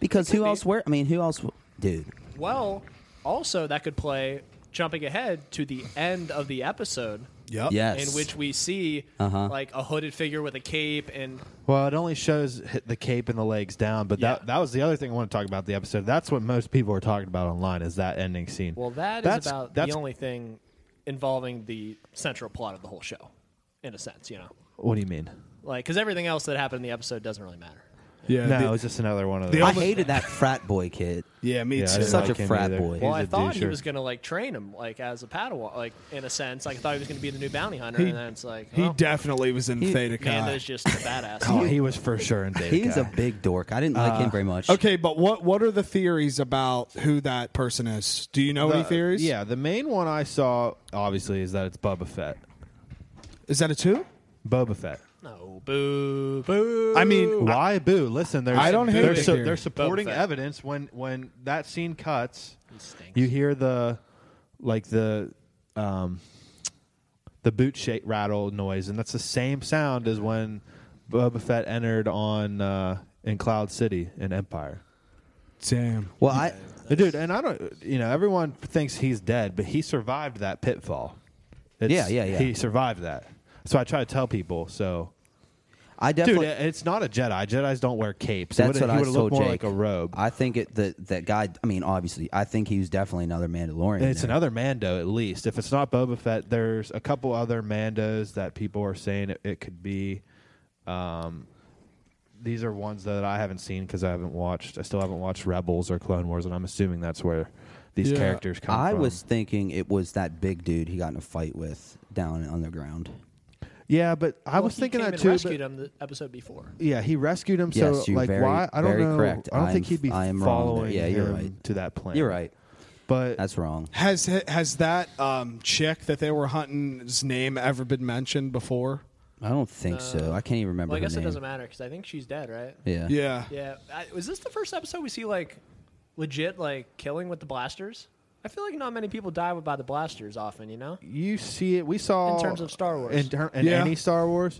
because who be. else? Where? I mean, who else? w- Dude, Well, also that could play jumping ahead to the end of the episode. Yep. yes. In which we see Uh-huh. like a hooded figure with a cape and Well, it only shows hit the cape and the legs down, but Yeah. that that was the other thing I want to talk about the episode. That's what most people are talking about online is that ending scene. Well, that is that's, about that's, the only thing involving the central plot of the whole show, in a sense, you know, What do you mean? like because everything else that happened in the episode doesn't really matter. Yeah, no, the- it was just another one of the those. I only- hated that frat boy kid. yeah, me Yeah, I too. didn't Such a like him frat either. boy. He's Well, a I thought he doucher. was gonna like train him like as a Padawan, like in a sense. Like I thought he was gonna be the new bounty hunter, He- and then it's like he well, definitely was in Theta Chi. Mando's just a badass. Oh, he was for sure in Data He's a big dork. I didn't like him very much. Okay, but what what are the theories about who that person is? Do you know any theories? Yeah, the main one I saw obviously is that it's Boba Fett. is that a two? Boba Fett. no, boo, boo. I mean, I- Why boo? Listen, there's I don't hate there's, it su- here. there's supporting Boba Fett. evidence when when that scene cuts. stinks. You hear the like the um the boot shake rattle noise, and that's the same sound as when Boba Fett entered on uh, in Cloud City in Empire. damn. Well, I Dude, and I don't, you know, everyone thinks he's dead, but he survived that pitfall. It's, Yeah, yeah, yeah. He survived that. So I try to tell people. So, I dude, definitely. it- it's not a Jedi. Jedis don't wear capes. It that's would've- what he I would've told looked more Jake. like a robe. I think it that that guy. I mean, obviously, I think he was definitely another Mandalorian. It's there. another Mando, at least. If it's not Boba Fett, there's a couple other Mandos that people are saying it, it could be. Um, these are ones that I haven't seen because I haven't watched. I still haven't watched Rebels or Clone Wars, and I'm assuming that's where these Yeah, characters come I from. was thinking it was that big dude he got in a fight with down on the ground. yeah, but I was thinking that too. but- Rescued him the episode before. Yeah, he rescued him. Yes, so you're like very- why? I don't very know. correct. I don't think I'm- he'd be I am wrong there. following Yeah, you're him right. to that plan. You're right. But That's wrong. Has has that um, chick that they were hunting's name ever been mentioned before? I don't think so. I can't even remember. Uh, Well, I her guess it name. doesn't matter because I think she's dead, right? Yeah. Yeah. Yeah. I, was this the first episode we see like legit like killing with the blasters? I feel like not many people die by the blasters often, you know. you see it. We saw In terms of Star Wars. In, ter- in Yeah. any Star Wars,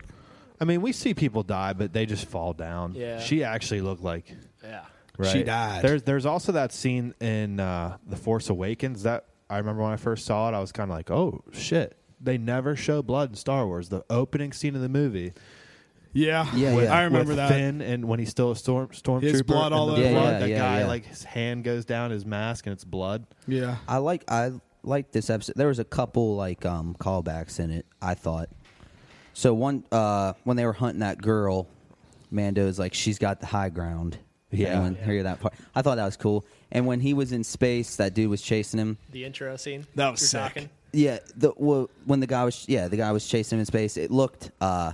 I mean, we see people die, but they just fall down. Yeah. she actually looked like Yeah. She right. died. There's there's also that scene in uh, the Force Awakens that I remember when I first saw it. I was kind of like, oh shit. They never show blood in Star Wars. The opening scene of the movie, Yeah. Yeah, yeah. I remember with that. Finn, and when he's still a storm stormtrooper, blood and all the over. Yeah, blood, yeah, that yeah, guy yeah. like his hand goes down his mask, and it's blood. Yeah. uh, I like I like this episode. There was a couple like um callbacks in it. I thought. So one uh when they were hunting that girl, Mando's like she's got the high ground. Yeah. Anyone hear that part? I thought that was cool. And when he was in space, that dude was chasing him. The intro scene. That was You're sick. talking. Yeah, the well, when the guy was yeah the guy was chasing him in space. It looked uh,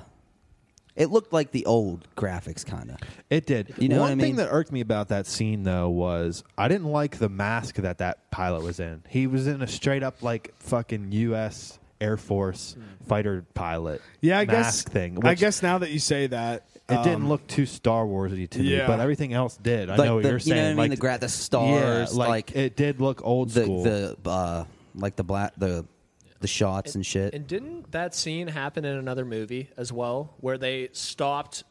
it looked like the old graphics kind of. It did. You know One what I mean? thing that irked me about that scene though was I didn't like the mask that that pilot was in. He was in a straight up like fucking U.S. Air Force Hmm. fighter pilot. Yeah, I mask guess. thing. I which guess now that you say that, it um, didn't look too Star Warsy to me, yeah. but everything else did. I Like know what the- you're you saying. know what I mean? Like The gra- the stars, yeah, like, like it did look old The school. the uh, like the black the the shots and shit. And didn't that scene happen in another movie as well, where they stopped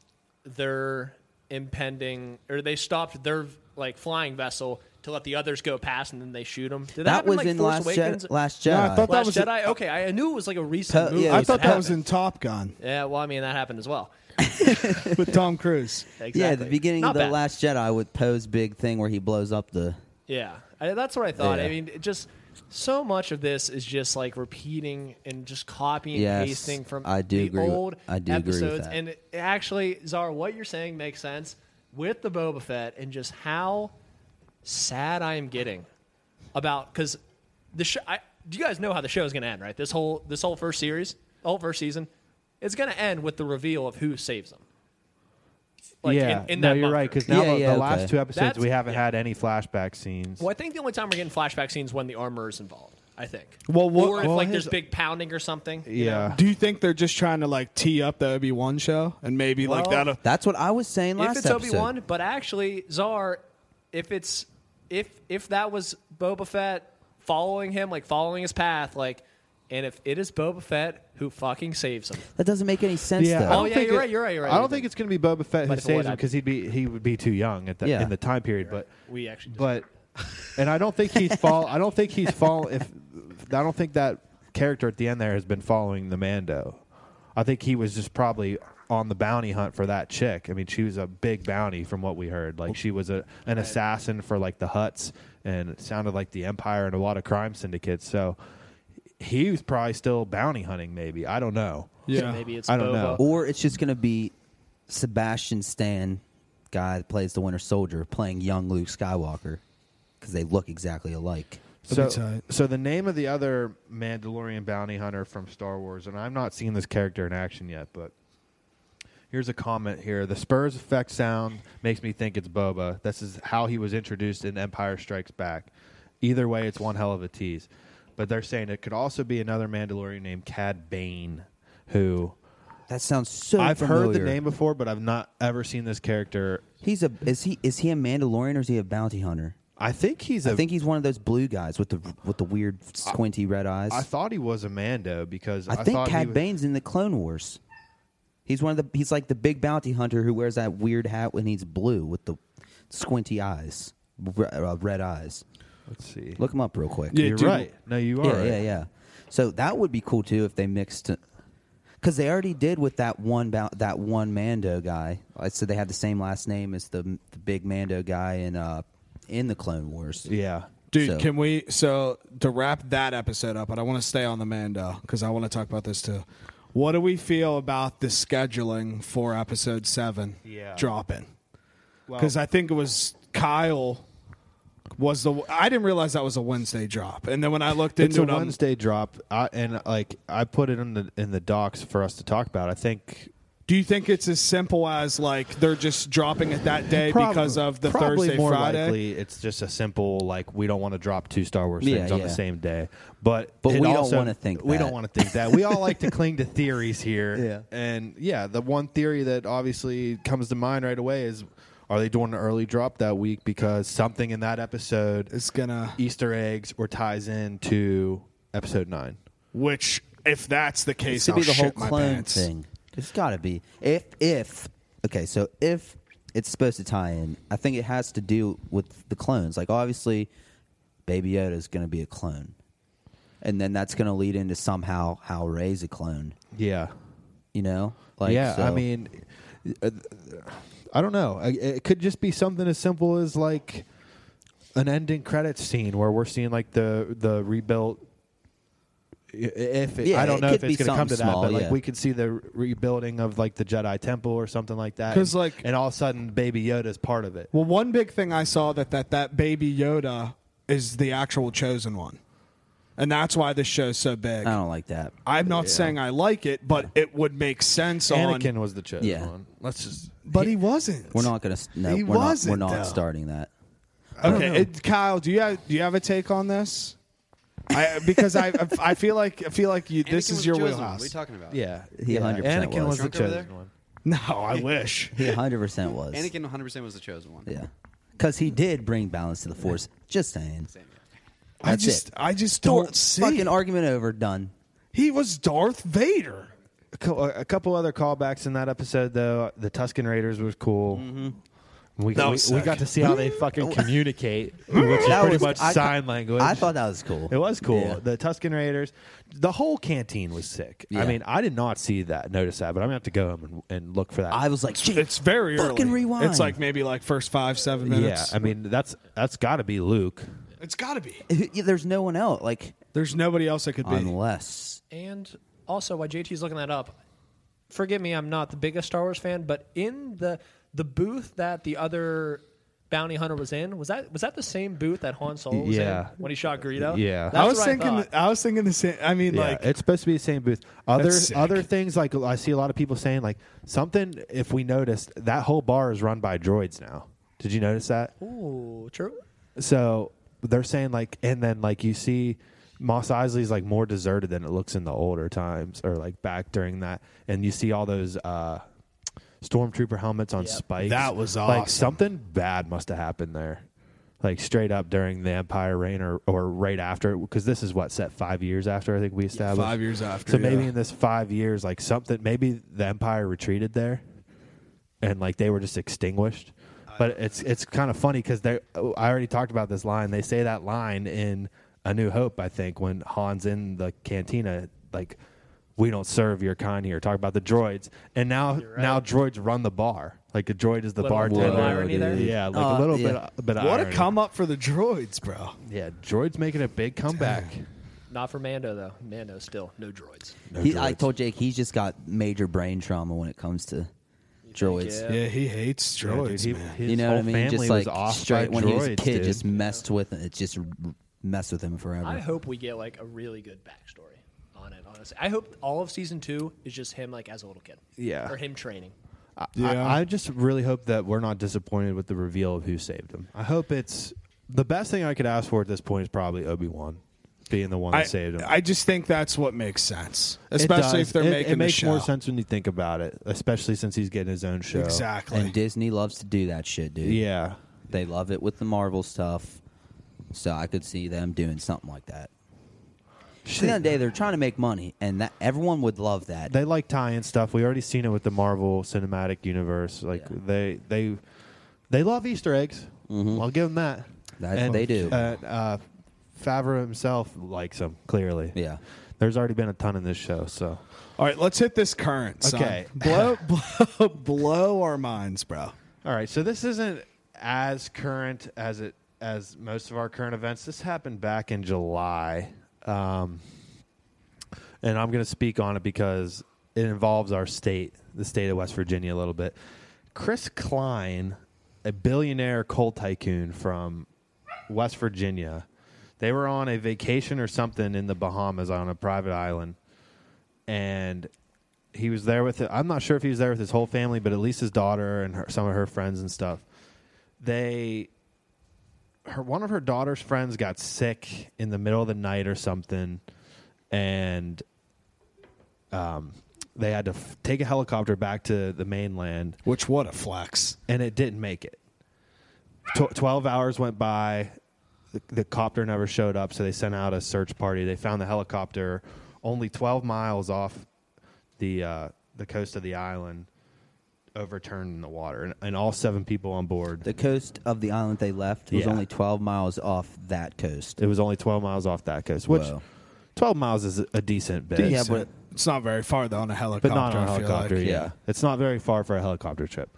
their impending, or they stopped their like flying vessel to let the others go past, and then they shoot them? Did that, that happen, was like, in Force Last Awakens? Jedi. Last Jedi. No, I thought Last that was a- Jedi. okay, I knew it was like a recent Tell- movie. yeah, I that thought that was in happened. Top Gun Yeah, well, I mean that happened as well. with Tom Cruise. Exactly. Yeah, the beginning Not of the bad. Last Jedi with Poe's big thing where he blows up the. Yeah, I, that's what I thought. Yeah. I mean, it just so much of this is just like repeating and just copying Yes, and pasting from I do the agree with- old I do agree with episodes. that. And it- actually, Zara, what you're saying makes sense with the Boba Fett and just how sad I am getting about because the show. I, do you guys know how the show is going to end? Right, this whole this whole first series, whole first season, it's going to end with the reveal of who saves them. Like, yeah, in, in no, that you're bunker. right. Because now Yeah, the, yeah, the okay. last two episodes That's- we haven't yeah. had any flashback scenes. Well, I think the only time we're getting flashback scenes when the armor is involved. I think. Well, what- or if well, like his- there's big pounding or something. you know? Yeah, Do you think they're just trying to like tee up the Obi Wan show and maybe like Well, that'll That's what I was saying last if it's episode. Obi Wan, but actually Czar, if it's if if that was Boba Fett following him, like following his path, like, and if it is Boba Fett who fucking saves him, That doesn't make any sense. Yeah, I though. Oh, don't yeah, think you're it- right, you're right, you're right. I don't think it's going to be Boba But if Fett who it would, saves him I'd- because he'd be he would be too young at the Yeah. in the time period. But we actually. Just, but and I don't think he's fall. I don't think he's fall. If I don't think that character at the end there has been following the Mando. I think he was just probably on the bounty hunt for that chick. I mean, she was a big bounty from what we heard. Like she was a an assassin for like the Huts, and it sounded like the Empire and a lot of crime syndicates. So he was probably still bounty hunting. Maybe I don't know. so yeah maybe it's I don't Boba. know. or it's just going to be Sebastian Stan, guy that plays the Winter Soldier, playing young Luke Skywalker because they look exactly alike. So, That'd be tight. so the name of the other Mandalorian bounty hunter from Star Wars, and I'm not seeing this character in action yet, but here's a comment here. The Spurs effect sound makes me think it's Boba. This is how he was introduced in Empire Strikes Back. Either way, it's one hell of a tease. But they're saying it could also be another Mandalorian named Cad Bane, who That sounds so. I've heard the familiar. name before, but I've not ever seen this character. He's a is he is he a Mandalorian or is he a bounty hunter? I think he's a I think he's one of those blue guys with the with the weird squinty red eyes. I thought he was a Mando because I, I think thought he Cad was- Bane's in the Clone Wars. He's one of the he's like the big bounty hunter who wears that weird hat when he's blue with the squinty eyes, re- uh, red eyes. Let's see. Look him up real quick. Yeah, You're dude. right. No, you are. yeah, right. yeah, yeah. So that would be cool too if they mixed because they already did with that one bou- that one Mando guy. I said they had the same last name as the, the big Mando guy in uh in the Clone Wars. Yeah. dude So- can we so to wrap that episode up but I want to stay on the Mando because I want to talk about this too what do we feel about the scheduling for episode seven Yeah. dropping Well, because I think it was Kyle was the I didn't realize that was a Wednesday drop, and then when I looked It's into a it, I'm- Wednesday drop, I, and like I put it in the in the docs for us to talk about. I think do you think it's as simple as like they're just dropping it that day Prob- because of the probably Thursday more Friday? likely it's just a simple like we don't want to drop two Star Wars Yeah, things on the yeah. same day. But But it we don't also- wanna think we don't that. want to think that. We all like to cling to theories here. Yeah. And yeah, the one theory that obviously comes to mind right away is are they doing an early drop that week because something in that episode It's gonna Easter eggs or ties into episode 9. which if that's the It case, should I'll be the whole shit my clone pants. thing. It's got to be. If if okay, so if it's supposed to tie in, I think it has to do with the clones. Like obviously, Baby Yoda is going to be a clone, and then that's going to lead into somehow how Ray's a clone. Yeah. You know, like yeah, I so- mean, uh, I don't know. I- It could just be something as simple as like an ending credits scene where we're seeing like the the rebuilt. i- If it, Yeah, I don't it know if could be it's going to come to something that, but small, like yeah. we could see the rebuilding of like the Jedi Temple or something like that. 'Cause, and- like- and all of a sudden, Baby Yoda's part of it. Well, one big thing I saw that that that baby Yoda is the actual chosen one, and that's why this show's so big. I don't like that. I'm not saying I like it, but it would make sense Anakin on. was the chosen Yeah. one. Let's just But he wasn't. We're not going to. No, He we're not. We're wasn't, not though. starting that. Okay, it, Kyle, do you have, do you have a take on this? I, because I I feel like I feel like you, Anakin this was is your chosen. What are you wheelhouse. talking about? yeah, He yeah. 100% Anakin was. was the Drunk over chosen there? one. No, I wish. He 100 percent was. Anakin 100 percent was the chosen one. Yeah, because he did bring balance to the force. Just saying. Same. I That's just it. I just Dor- don't see. Fucking argument over. Done. he was Darth Vader. a cou- a couple other callbacks in that episode though. uh, The Tuscan Raiders was cool. Mm-hmm. We, That we- was we, sick. got to see how they fucking communicate, which is pretty was- much I- sign language. I thought that was cool. it was cool. Yeah. The Tuscan Raiders, the whole canteen was sick. I Yeah. mean, I did not see that, notice that, but I'm gonna have to go home and, and look for that. I was like, shit. It's very fucking early. rewind. It's like maybe like first five seven yeah, minutes. I mean that's that's got to be Luke. it's got to be. Yeah, there's no one else. Like There's nobody else it could be. unless And also, while JT's looking that up, forgive me, I'm not the biggest Star Wars fan, but in the the booth that the other bounty hunter was in, was that was that the same booth that Han Solo was Yeah. in when he shot Greedo? Yeah. That's I was what thinking. I I, thought. was thinking the same. I mean, like it's supposed to be the same booth. Other That's sick. other things like I see a lot of people saying like something. If we noticed, that whole bar is run by droids now. Did you notice that? Ooh, true. So they're saying like, and then like you see, Moss Isley's like more deserted than it looks in the older times, or like back during that, and you see all those uh stormtrooper helmets on Yep. spikes. That was awesome. Like something bad must have happened there, like straight up during the Empire reign, or or right after, because this is what set five years after I think we established five years after. So maybe yeah. in this five years, like something, maybe the Empire retreated there, and like they were just extinguished. But it's it's kind of funny because they oh, I already talked about this line. They say that line in A New Hope, I think, when Han's in the cantina, like we don't serve your kind here. Talk about the droids, and now now droids run the bar. Like a droid is the Little- bartender. little irony there. Yeah, like Uh, a little yeah. bit. But what a come up for the droids, bro. Yeah, droids making a big comeback. Not for Mando though. Mando still no droids. he, I told Jake he's just got major brain trauma when it comes to droids. yeah. Yeah, he hates Yeah, dude, droids, he- man. his You know whole what I mean? family Just like was off by straight when he was a droids, kid, dude. just messed with it. Just r- messed with him forever. I hope we get like a really good backstory on it. Honestly, I hope all of season two is just him like as a little kid. Yeah. or him training. Yeah. I, I just really hope that we're not disappointed with the reveal of who saved him. I hope it's the best thing I could ask for at this point is probably Obi Wan being the one that I, saved him. I just think that's what makes sense, It especially does. if they're it, making it makes the show. more sense when you think about it, especially since he's getting his own show. Exactly. and Disney loves to do that shit, dude. Yeah. they love it with the Marvel stuff. So I could see them doing something like that. At the end of the day, they're trying to make money, and that everyone would love that. They like tie-in stuff. We already seen it with the Marvel Cinematic Universe. Like Yeah. they they they love Easter eggs. I'll give them that. Mm-hmm. That- they do. Uh, uh, Favreau himself likes them clearly. Yeah. There's already been a ton in this show, so All right, let's hit this current. son. Okay. blow, blow, blow our minds, bro. All right, so this isn't as current as it as most of our current events. This happened back in July, um, and I'm going to speak on it because it involves our state, the state of West Virginia, a little bit. Chris Klein, a billionaire coal tycoon from West Virginia. They were on a vacation or something in the Bahamas on a private island, and he was there with. I'm not sure if he was there with his whole family, but at least his daughter and her, some of her friends and stuff. They her one of her daughter's friends got sick in the middle of the night or something, and um, they had to f- take a helicopter back to the mainland, Which what a flex. and it didn't make it. Tw- Twelve hours went by, the, the copter never showed up, so they sent out a search party. They found the helicopter only twelve miles off the uh, the coast of the island, overturned in the water, and, and all seven people on board. The coast of the island they left was Yeah. only 12 miles off that coast. It was only 12 miles off that coast, which Whoa. 12 miles is a decent bit. Yeah, So but- it's not very far though on a helicopter. but not on I a feel helicopter. like. yeah. yeah. It's not very far for a helicopter trip.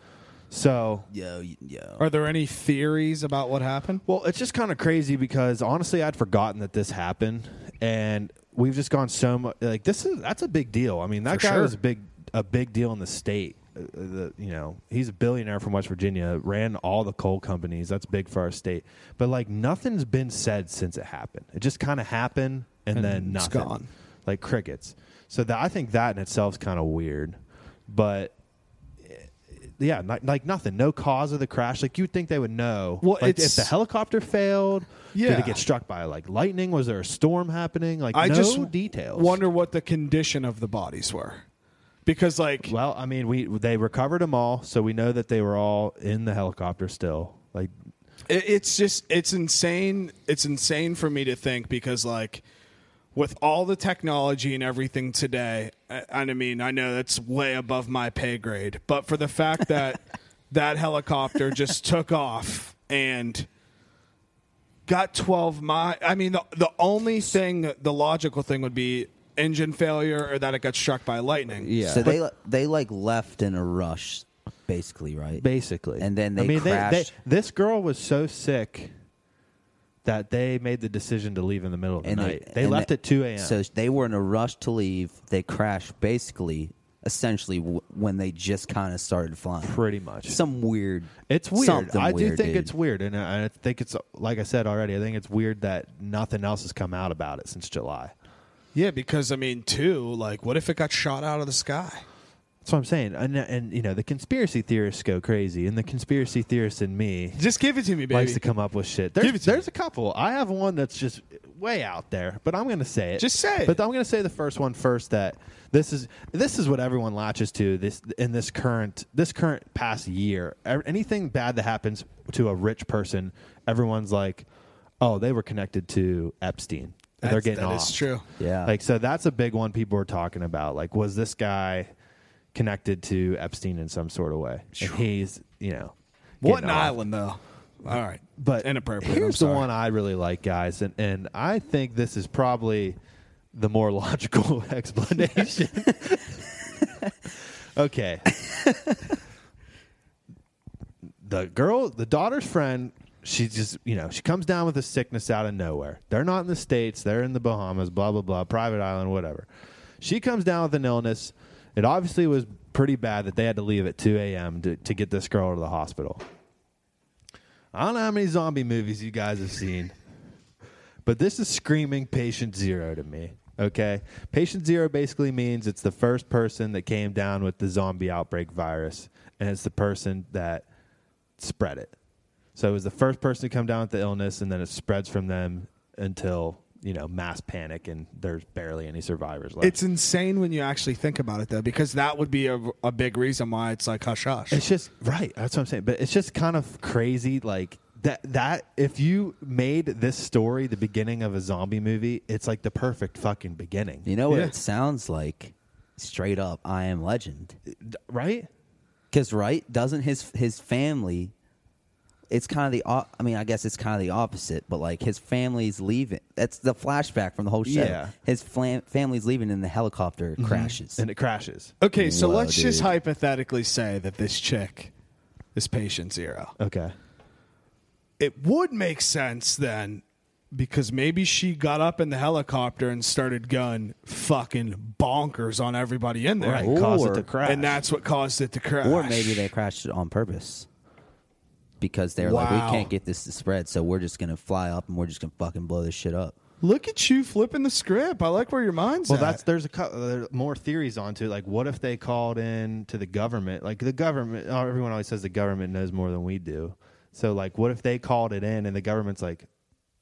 So, Yo, yo. Are there any theories about what happened? well, it's just kind of crazy because honestly, I'd forgotten that this happened. And we've just gone so much. Like, this is, that's a big deal. I mean, that For guy sure. was big, a big deal in the state. Uh, the, you know, he's a billionaire from West Virginia, ran all the coal companies. That's big for our state. But, like, nothing's been said since it happened. It just kind of happened and, And then it's nothing. gone. like crickets. So that I think that in itself is kind of weird, but eh, yeah, not, like nothing, no cause of the crash. Like you'd think they would know. Well, like it's- if the helicopter failed, did Yeah. it get struck by like lightning? Was there a storm happening? Like I no just details. Wonder what the condition of the bodies were, because like Well, I mean, we they recovered them all, so we know that they were all in the helicopter still. Like it, it's just it's insane. It's insane for me to think because like with all the technology and everything today, I- and I mean, I know that's way above my pay grade, but for the fact that that helicopter just took off and got 12 miles. I mean, the, the only thing, the logical thing would be engine failure or that it got struck by lightning. Yeah. So they they like left in a rush, basically, right? basically. And then they I mean, crashed. this girl was so sick that they made the decision to leave in the middle of the and night. They, and left they- at two a.m. So they were in a rush to leave. They crashed, basically, essentially, w- when they just kind of started flying. pretty much. Some weird. it's weird. something I do weird, think dude. it's weird, and I I think it's like I said already. I think it's weird that nothing else has come out about it since July. Yeah, because I mean, too, like, what if it got shot out of the sky? That's what I'm saying. And, and you know, the conspiracy theorists go crazy, and the conspiracy theorist in me Just give it to me, likes baby. to come up with shit. Give it There's, to there's a couple. I have one that's just way out there, but I'm going to say it. Just say it. But I'm going to say the first one first. That this is this is what everyone latches to this in this current this current past year. Ev- Anything bad that happens to a rich person, everyone's like, oh, they were connected to Epstein. and They're That's- getting that off. is true. Yeah. Like so, that's a big one people are talking about. Like, was this guy connected to Epstein in some sort of way? And he's, you know, What getting an off. island, though. All right, But inappropriate. Here's I'm the sorry. one I really like, guys, and and I think this is probably the more logical explanation. okay. the girl, the daughter's friend, she just, you know, she comes down with a sickness out of nowhere. They're not in the States, they're in the Bahamas, blah, blah, blah, private island, whatever. She comes down with an illness. It obviously was pretty bad that they had to leave at 2 a.m. To, to get this girl to the hospital. I don't know how many zombie movies you guys have seen, but this is screaming patient zero to me. Okay. Patient zero basically means it's the first person that came down with the zombie outbreak virus, and it's the person that spread it. So it was the first person to come down with the illness, and then it spreads from them until, you know, mass panic, and there's barely any survivors left. It's insane when you actually think about it, though, because that would be a, a big reason why it's like hush hush. It's just right. That's what I'm saying. But it's just kind of crazy. Like that. That if you made this story the beginning of a zombie movie, it's like the perfect fucking beginning. You know what Yeah. it sounds like? Straight up, I am legend. right? Because right, doesn't his his family? It's kind of the. o- I mean, I guess it's kind of the opposite, but like his family's leaving. That's the flashback from the whole show. Yeah. Mm-hmm. His flam- family's leaving, and the helicopter crashes. And it crashes. Okay, so Whoa, let's just dude. hypothetically say that this chick is patient zero. Okay. It would make sense then, because maybe she got up in the helicopter and started going fucking bonkers on everybody in there, Right. Cause it Or- to crash. and that's what caused it to crash. or maybe they crashed it on purpose. because they're like, Wow. we can't get this to spread, so we're just gonna fly up and we're just gonna fucking blow this shit up. Look at you flipping the script. I like where your mind's Well, at. that's there's a cou- there are more theories onto it. Like, what if they called in to the government? Like the government, oh, everyone always says the government knows more than we do. So, like, what if they called it in and the government's like,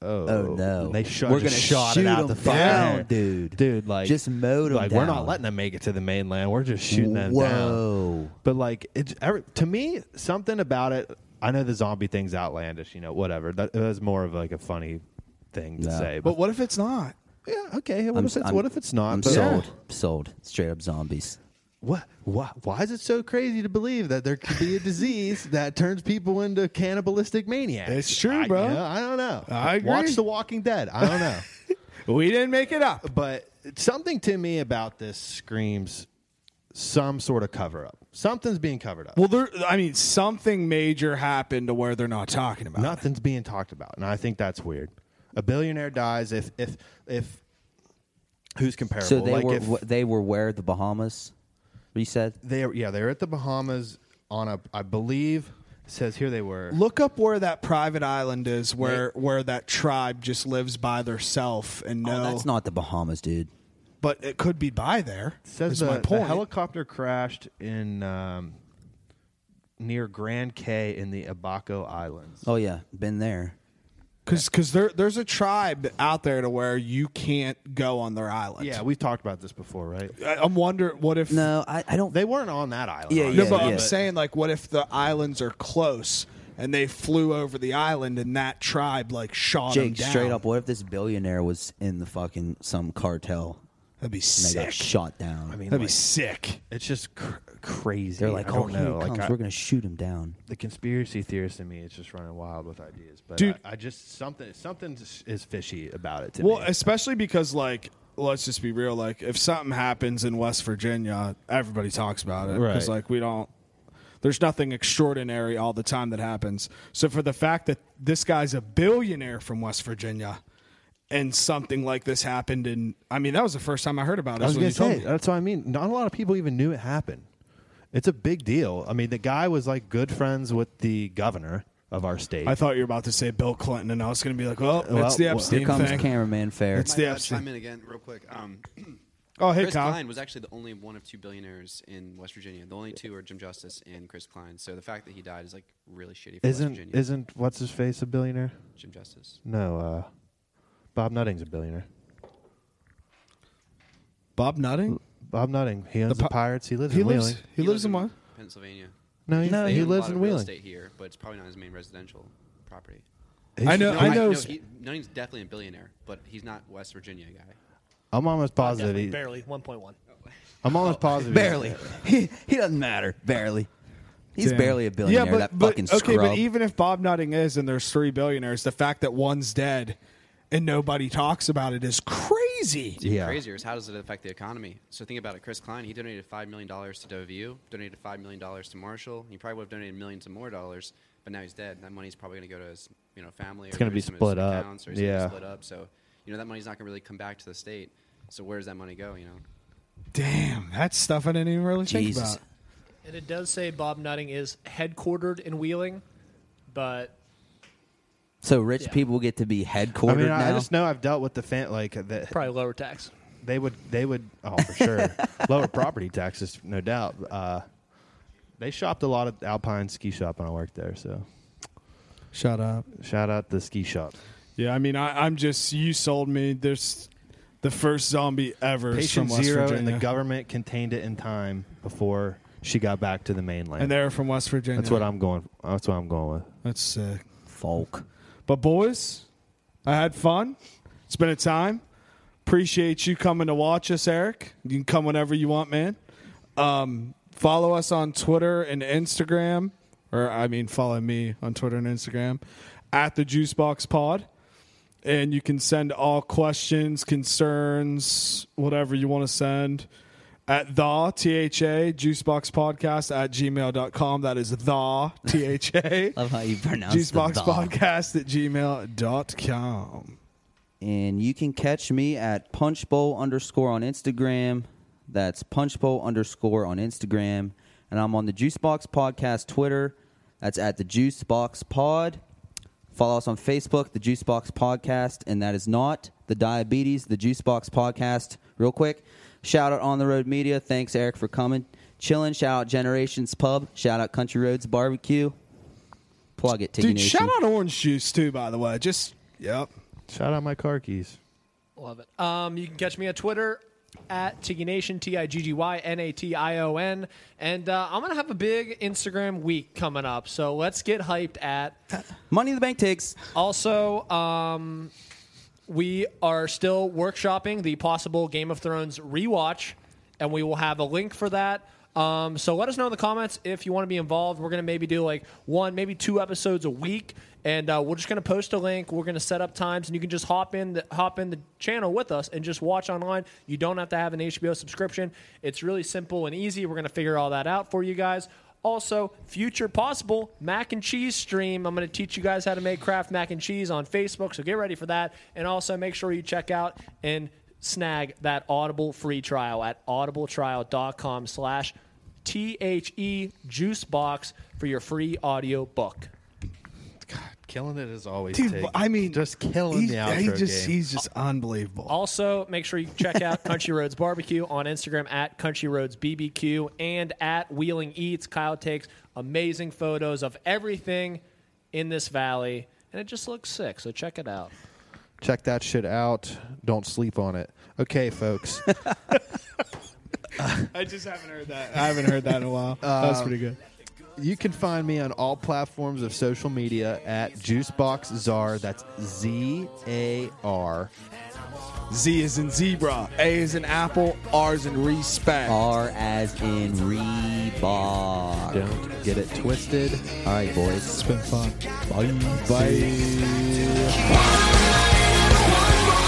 oh, Oh no! they shot, we're just gonna shot shoot it out 'em the fucking down, air. dude. dude. Like, Just mowed 'em Like, we're down. not letting them make it to the mainland. We're just shooting them Whoa. down. But like, it's every, to me something about it. I know the zombie thing's outlandish, you know, whatever. That, that was more of like a funny thing to No. say. but what if it's not? Yeah, okay. What I'm- if it's I'm- what if it's not? I'm But- sold. Sold. Straight up zombies. What? Why, why is it so crazy to believe that there could be a disease that turns people into cannibalistic maniacs? It's true, I, bro. you know, I don't know. I agree. Watch The Walking Dead. I don't know. We didn't make it up. but something to me about this screams some sort of cover up. Something's being covered up. Well, there. I mean, something major happened to where they're not talking about. it. Nothing's being talked about, and I think that's weird. A billionaire dies if if if who's comparable? So they like were if wh- they were where the Bahamas? You said they yeah they're at the Bahamas on a I believe it says here they were. Look up where that private island is, where where that tribe just lives by theirself and no. oh, that's not the Bahamas, dude. but it could be by there. says is the, my the point. helicopter crashed in um, near Grand Cay in the Abaco Islands. Oh yeah, been there. Because there there's a tribe out there to where you can't go on their island. Yeah, we've talked about this before, right? I, I'm wondering what if No, I, I don't. They weren't on that island. Yeah, No, obviously, but yeah. I'm saying like, what if the islands are close and they flew over the island and that tribe like shot 'em Jake, down? straight up, what if this billionaire was in the fucking some cartel That'd be and they got sick. shot down? I mean, That'd be like, sick. it's just cr- crazy. they're like, I oh, don't here know. he Like, comes. I- we're gonna shoot him down. the conspiracy theorist in me is just running wild with ideas. But Dude. I, I just something something is- is fishy about it to Well, me. especially because like, let's just be real. Like, if something happens in West Virginia, everybody talks about it because Right. like we don't. There's nothing extraordinary all the time that happens. So for the fact that this guy's a billionaire from West Virginia. And something like this happened, and I mean that was the first time I heard about it. I was when you told gonna say me. that's what I mean. Not a lot of people even knew it happened. It's a big deal. I mean, the guy was like good friends with the governor of our state. I thought you were about to say Bill Clinton, and I was going to be like, "Well, Well, it's the well, Epstein Here comes thing." cameraman fair. It's Might the I Epstein. chime in again real quick. Um, oh, hey, Chris Kyle. Klein was actually the only one of two billionaires in West Virginia. The only two are Jim Justice and Chris Klein. So the fact that he died is like really shitty for West isn't Virginia. isn't what's his face a billionaire? Jim Justice. No, uh, Bob Nutting's a billionaire. Bob Nutting. Bob Nutting, he owns the, pi- Pirates. He lives He in lives. Wheeling. He lives in what? Pennsylvania. No, he, They no, own he a lives lot in of real Wheeling. estate here, but it's probably not his main residential property. I know. No, I I- know. No, he, no, he's definitely a billionaire, but he's not West Virginia guy. I'm almost positive. Definitely, He, barely 1.1. I'm almost positive. he- barely. He, he doesn't matter. Barely. He's Damn. barely a billionaire. Yeah, but, that but- fucking okay, scrub. but even if Bob Nutting is, and there's three billionaires, the fact that one's dead and nobody talks about it is crazy. Even Yeah. crazier is how does it affect the economy? So think about it. Chris Klein, he donated five million dollars to WVU, donated five million dollars to Marshall. He probably would have donated millions of more dollars, but now he's dead. And that money's probably going to go to his, you know, family. It's gonna be split up. or he's gonna be Yeah. split up. So you know that money's not going to really come back to the state. So where does that money go? You know, Damn, that's stuff I didn't even really Jesus. think And it does say Bob Nutting is headquartered in Wheeling, but So rich Yeah. people get to be headquartered I mean, now. I just know I've dealt with the fan like the, probably lower tax. they would they would oh for sure lower property taxes no doubt uh they shopped a lot at alpine ski shop when i worked there so about. Shut up. shout out the ski shop Yeah, I mean, I, I'm just you sold me. There's the first zombie ever is from patient West zero and Virginia, the government contained it in time before she got back to the mainland and they're from West Virginia. that's what i'm going that's what i'm going with That's sick. Folk. But boys, I had fun. It's been a time. Appreciate you coming to watch us, Eric. You can come whenever you want, man. Um, follow us on Twitter and Instagram, or I mean, follow me on Twitter and Instagram at the Juicebox Pod. And you can send all questions, concerns, whatever you want to send at the THA Juicebox Podcast at gmail.com. That is the THA. Love how you pronounce Juicebox the dog. Podcast at gmail.com. And you can catch me at punchbowl underscore on Instagram. That's punchbowl underscore on Instagram. And I'm on the Juicebox Podcast Twitter. That's at the Juice Box Pod. Follow us on Facebook, the Juice Box Podcast, and that is not the Diabetes, the Juice Box Podcast. Real quick, shout out On the Road Media. Thanks, Eric, for coming. Chillin', shout out Generations Pub. Shout out Country Roads Barbecue. Plug it, Tiggy Dude, Nation. shout out orange juice too, by the way. Just yep. Shout out my car keys. Love it. Um, you can catch me on Twitter at Tiggy Nation, T I G G Y N A T I O N. And uh, I'm going to have a big Instagram week coming up. So let's get hyped at. Money in the Bank Tigs. Also, um, we are still workshopping the possible Game of Thrones rewatch, and we will have a link for that. Um, so let us know in the comments if you want to be involved. We're going to maybe do like one, maybe two episodes a week, and uh, we're just going to post a link. We're going to set up times, and you can just hop in, the, hop in the channel with us and just watch online. You don't have to have an HBO subscription. It's really simple and easy. We're going to figure all that out for you guys. Also, future possible mac and cheese stream. I'm going to teach you guys how to make craft mac and cheese on Facebook, so get ready for that. And also, make sure you check out and snag that Audible free trial at audibletrial.com slash T-H-E juice box for your free audio book. Killing it as always. Dude, I mean, just killing he's, the outro he just game. he's just unbelievable. Also, make sure you check out Country Roads Barbecue on Instagram at Country Roads BBQ and at Wheeling Eats. Kyle takes amazing photos of everything in this valley, and it just looks sick. So check it out. Check that shit out. Don't sleep on it. Okay, folks. I just haven't heard that. I haven't heard that in a while. that Uh, was pretty good. you can find me on all platforms of social media at JuiceboxZar. That's Z A R. Z is in zebra, A is in apple, R is in respect. R as in Reebok. Don't get it twisted. All right, boys. It's been fun. Bye. Bye. One more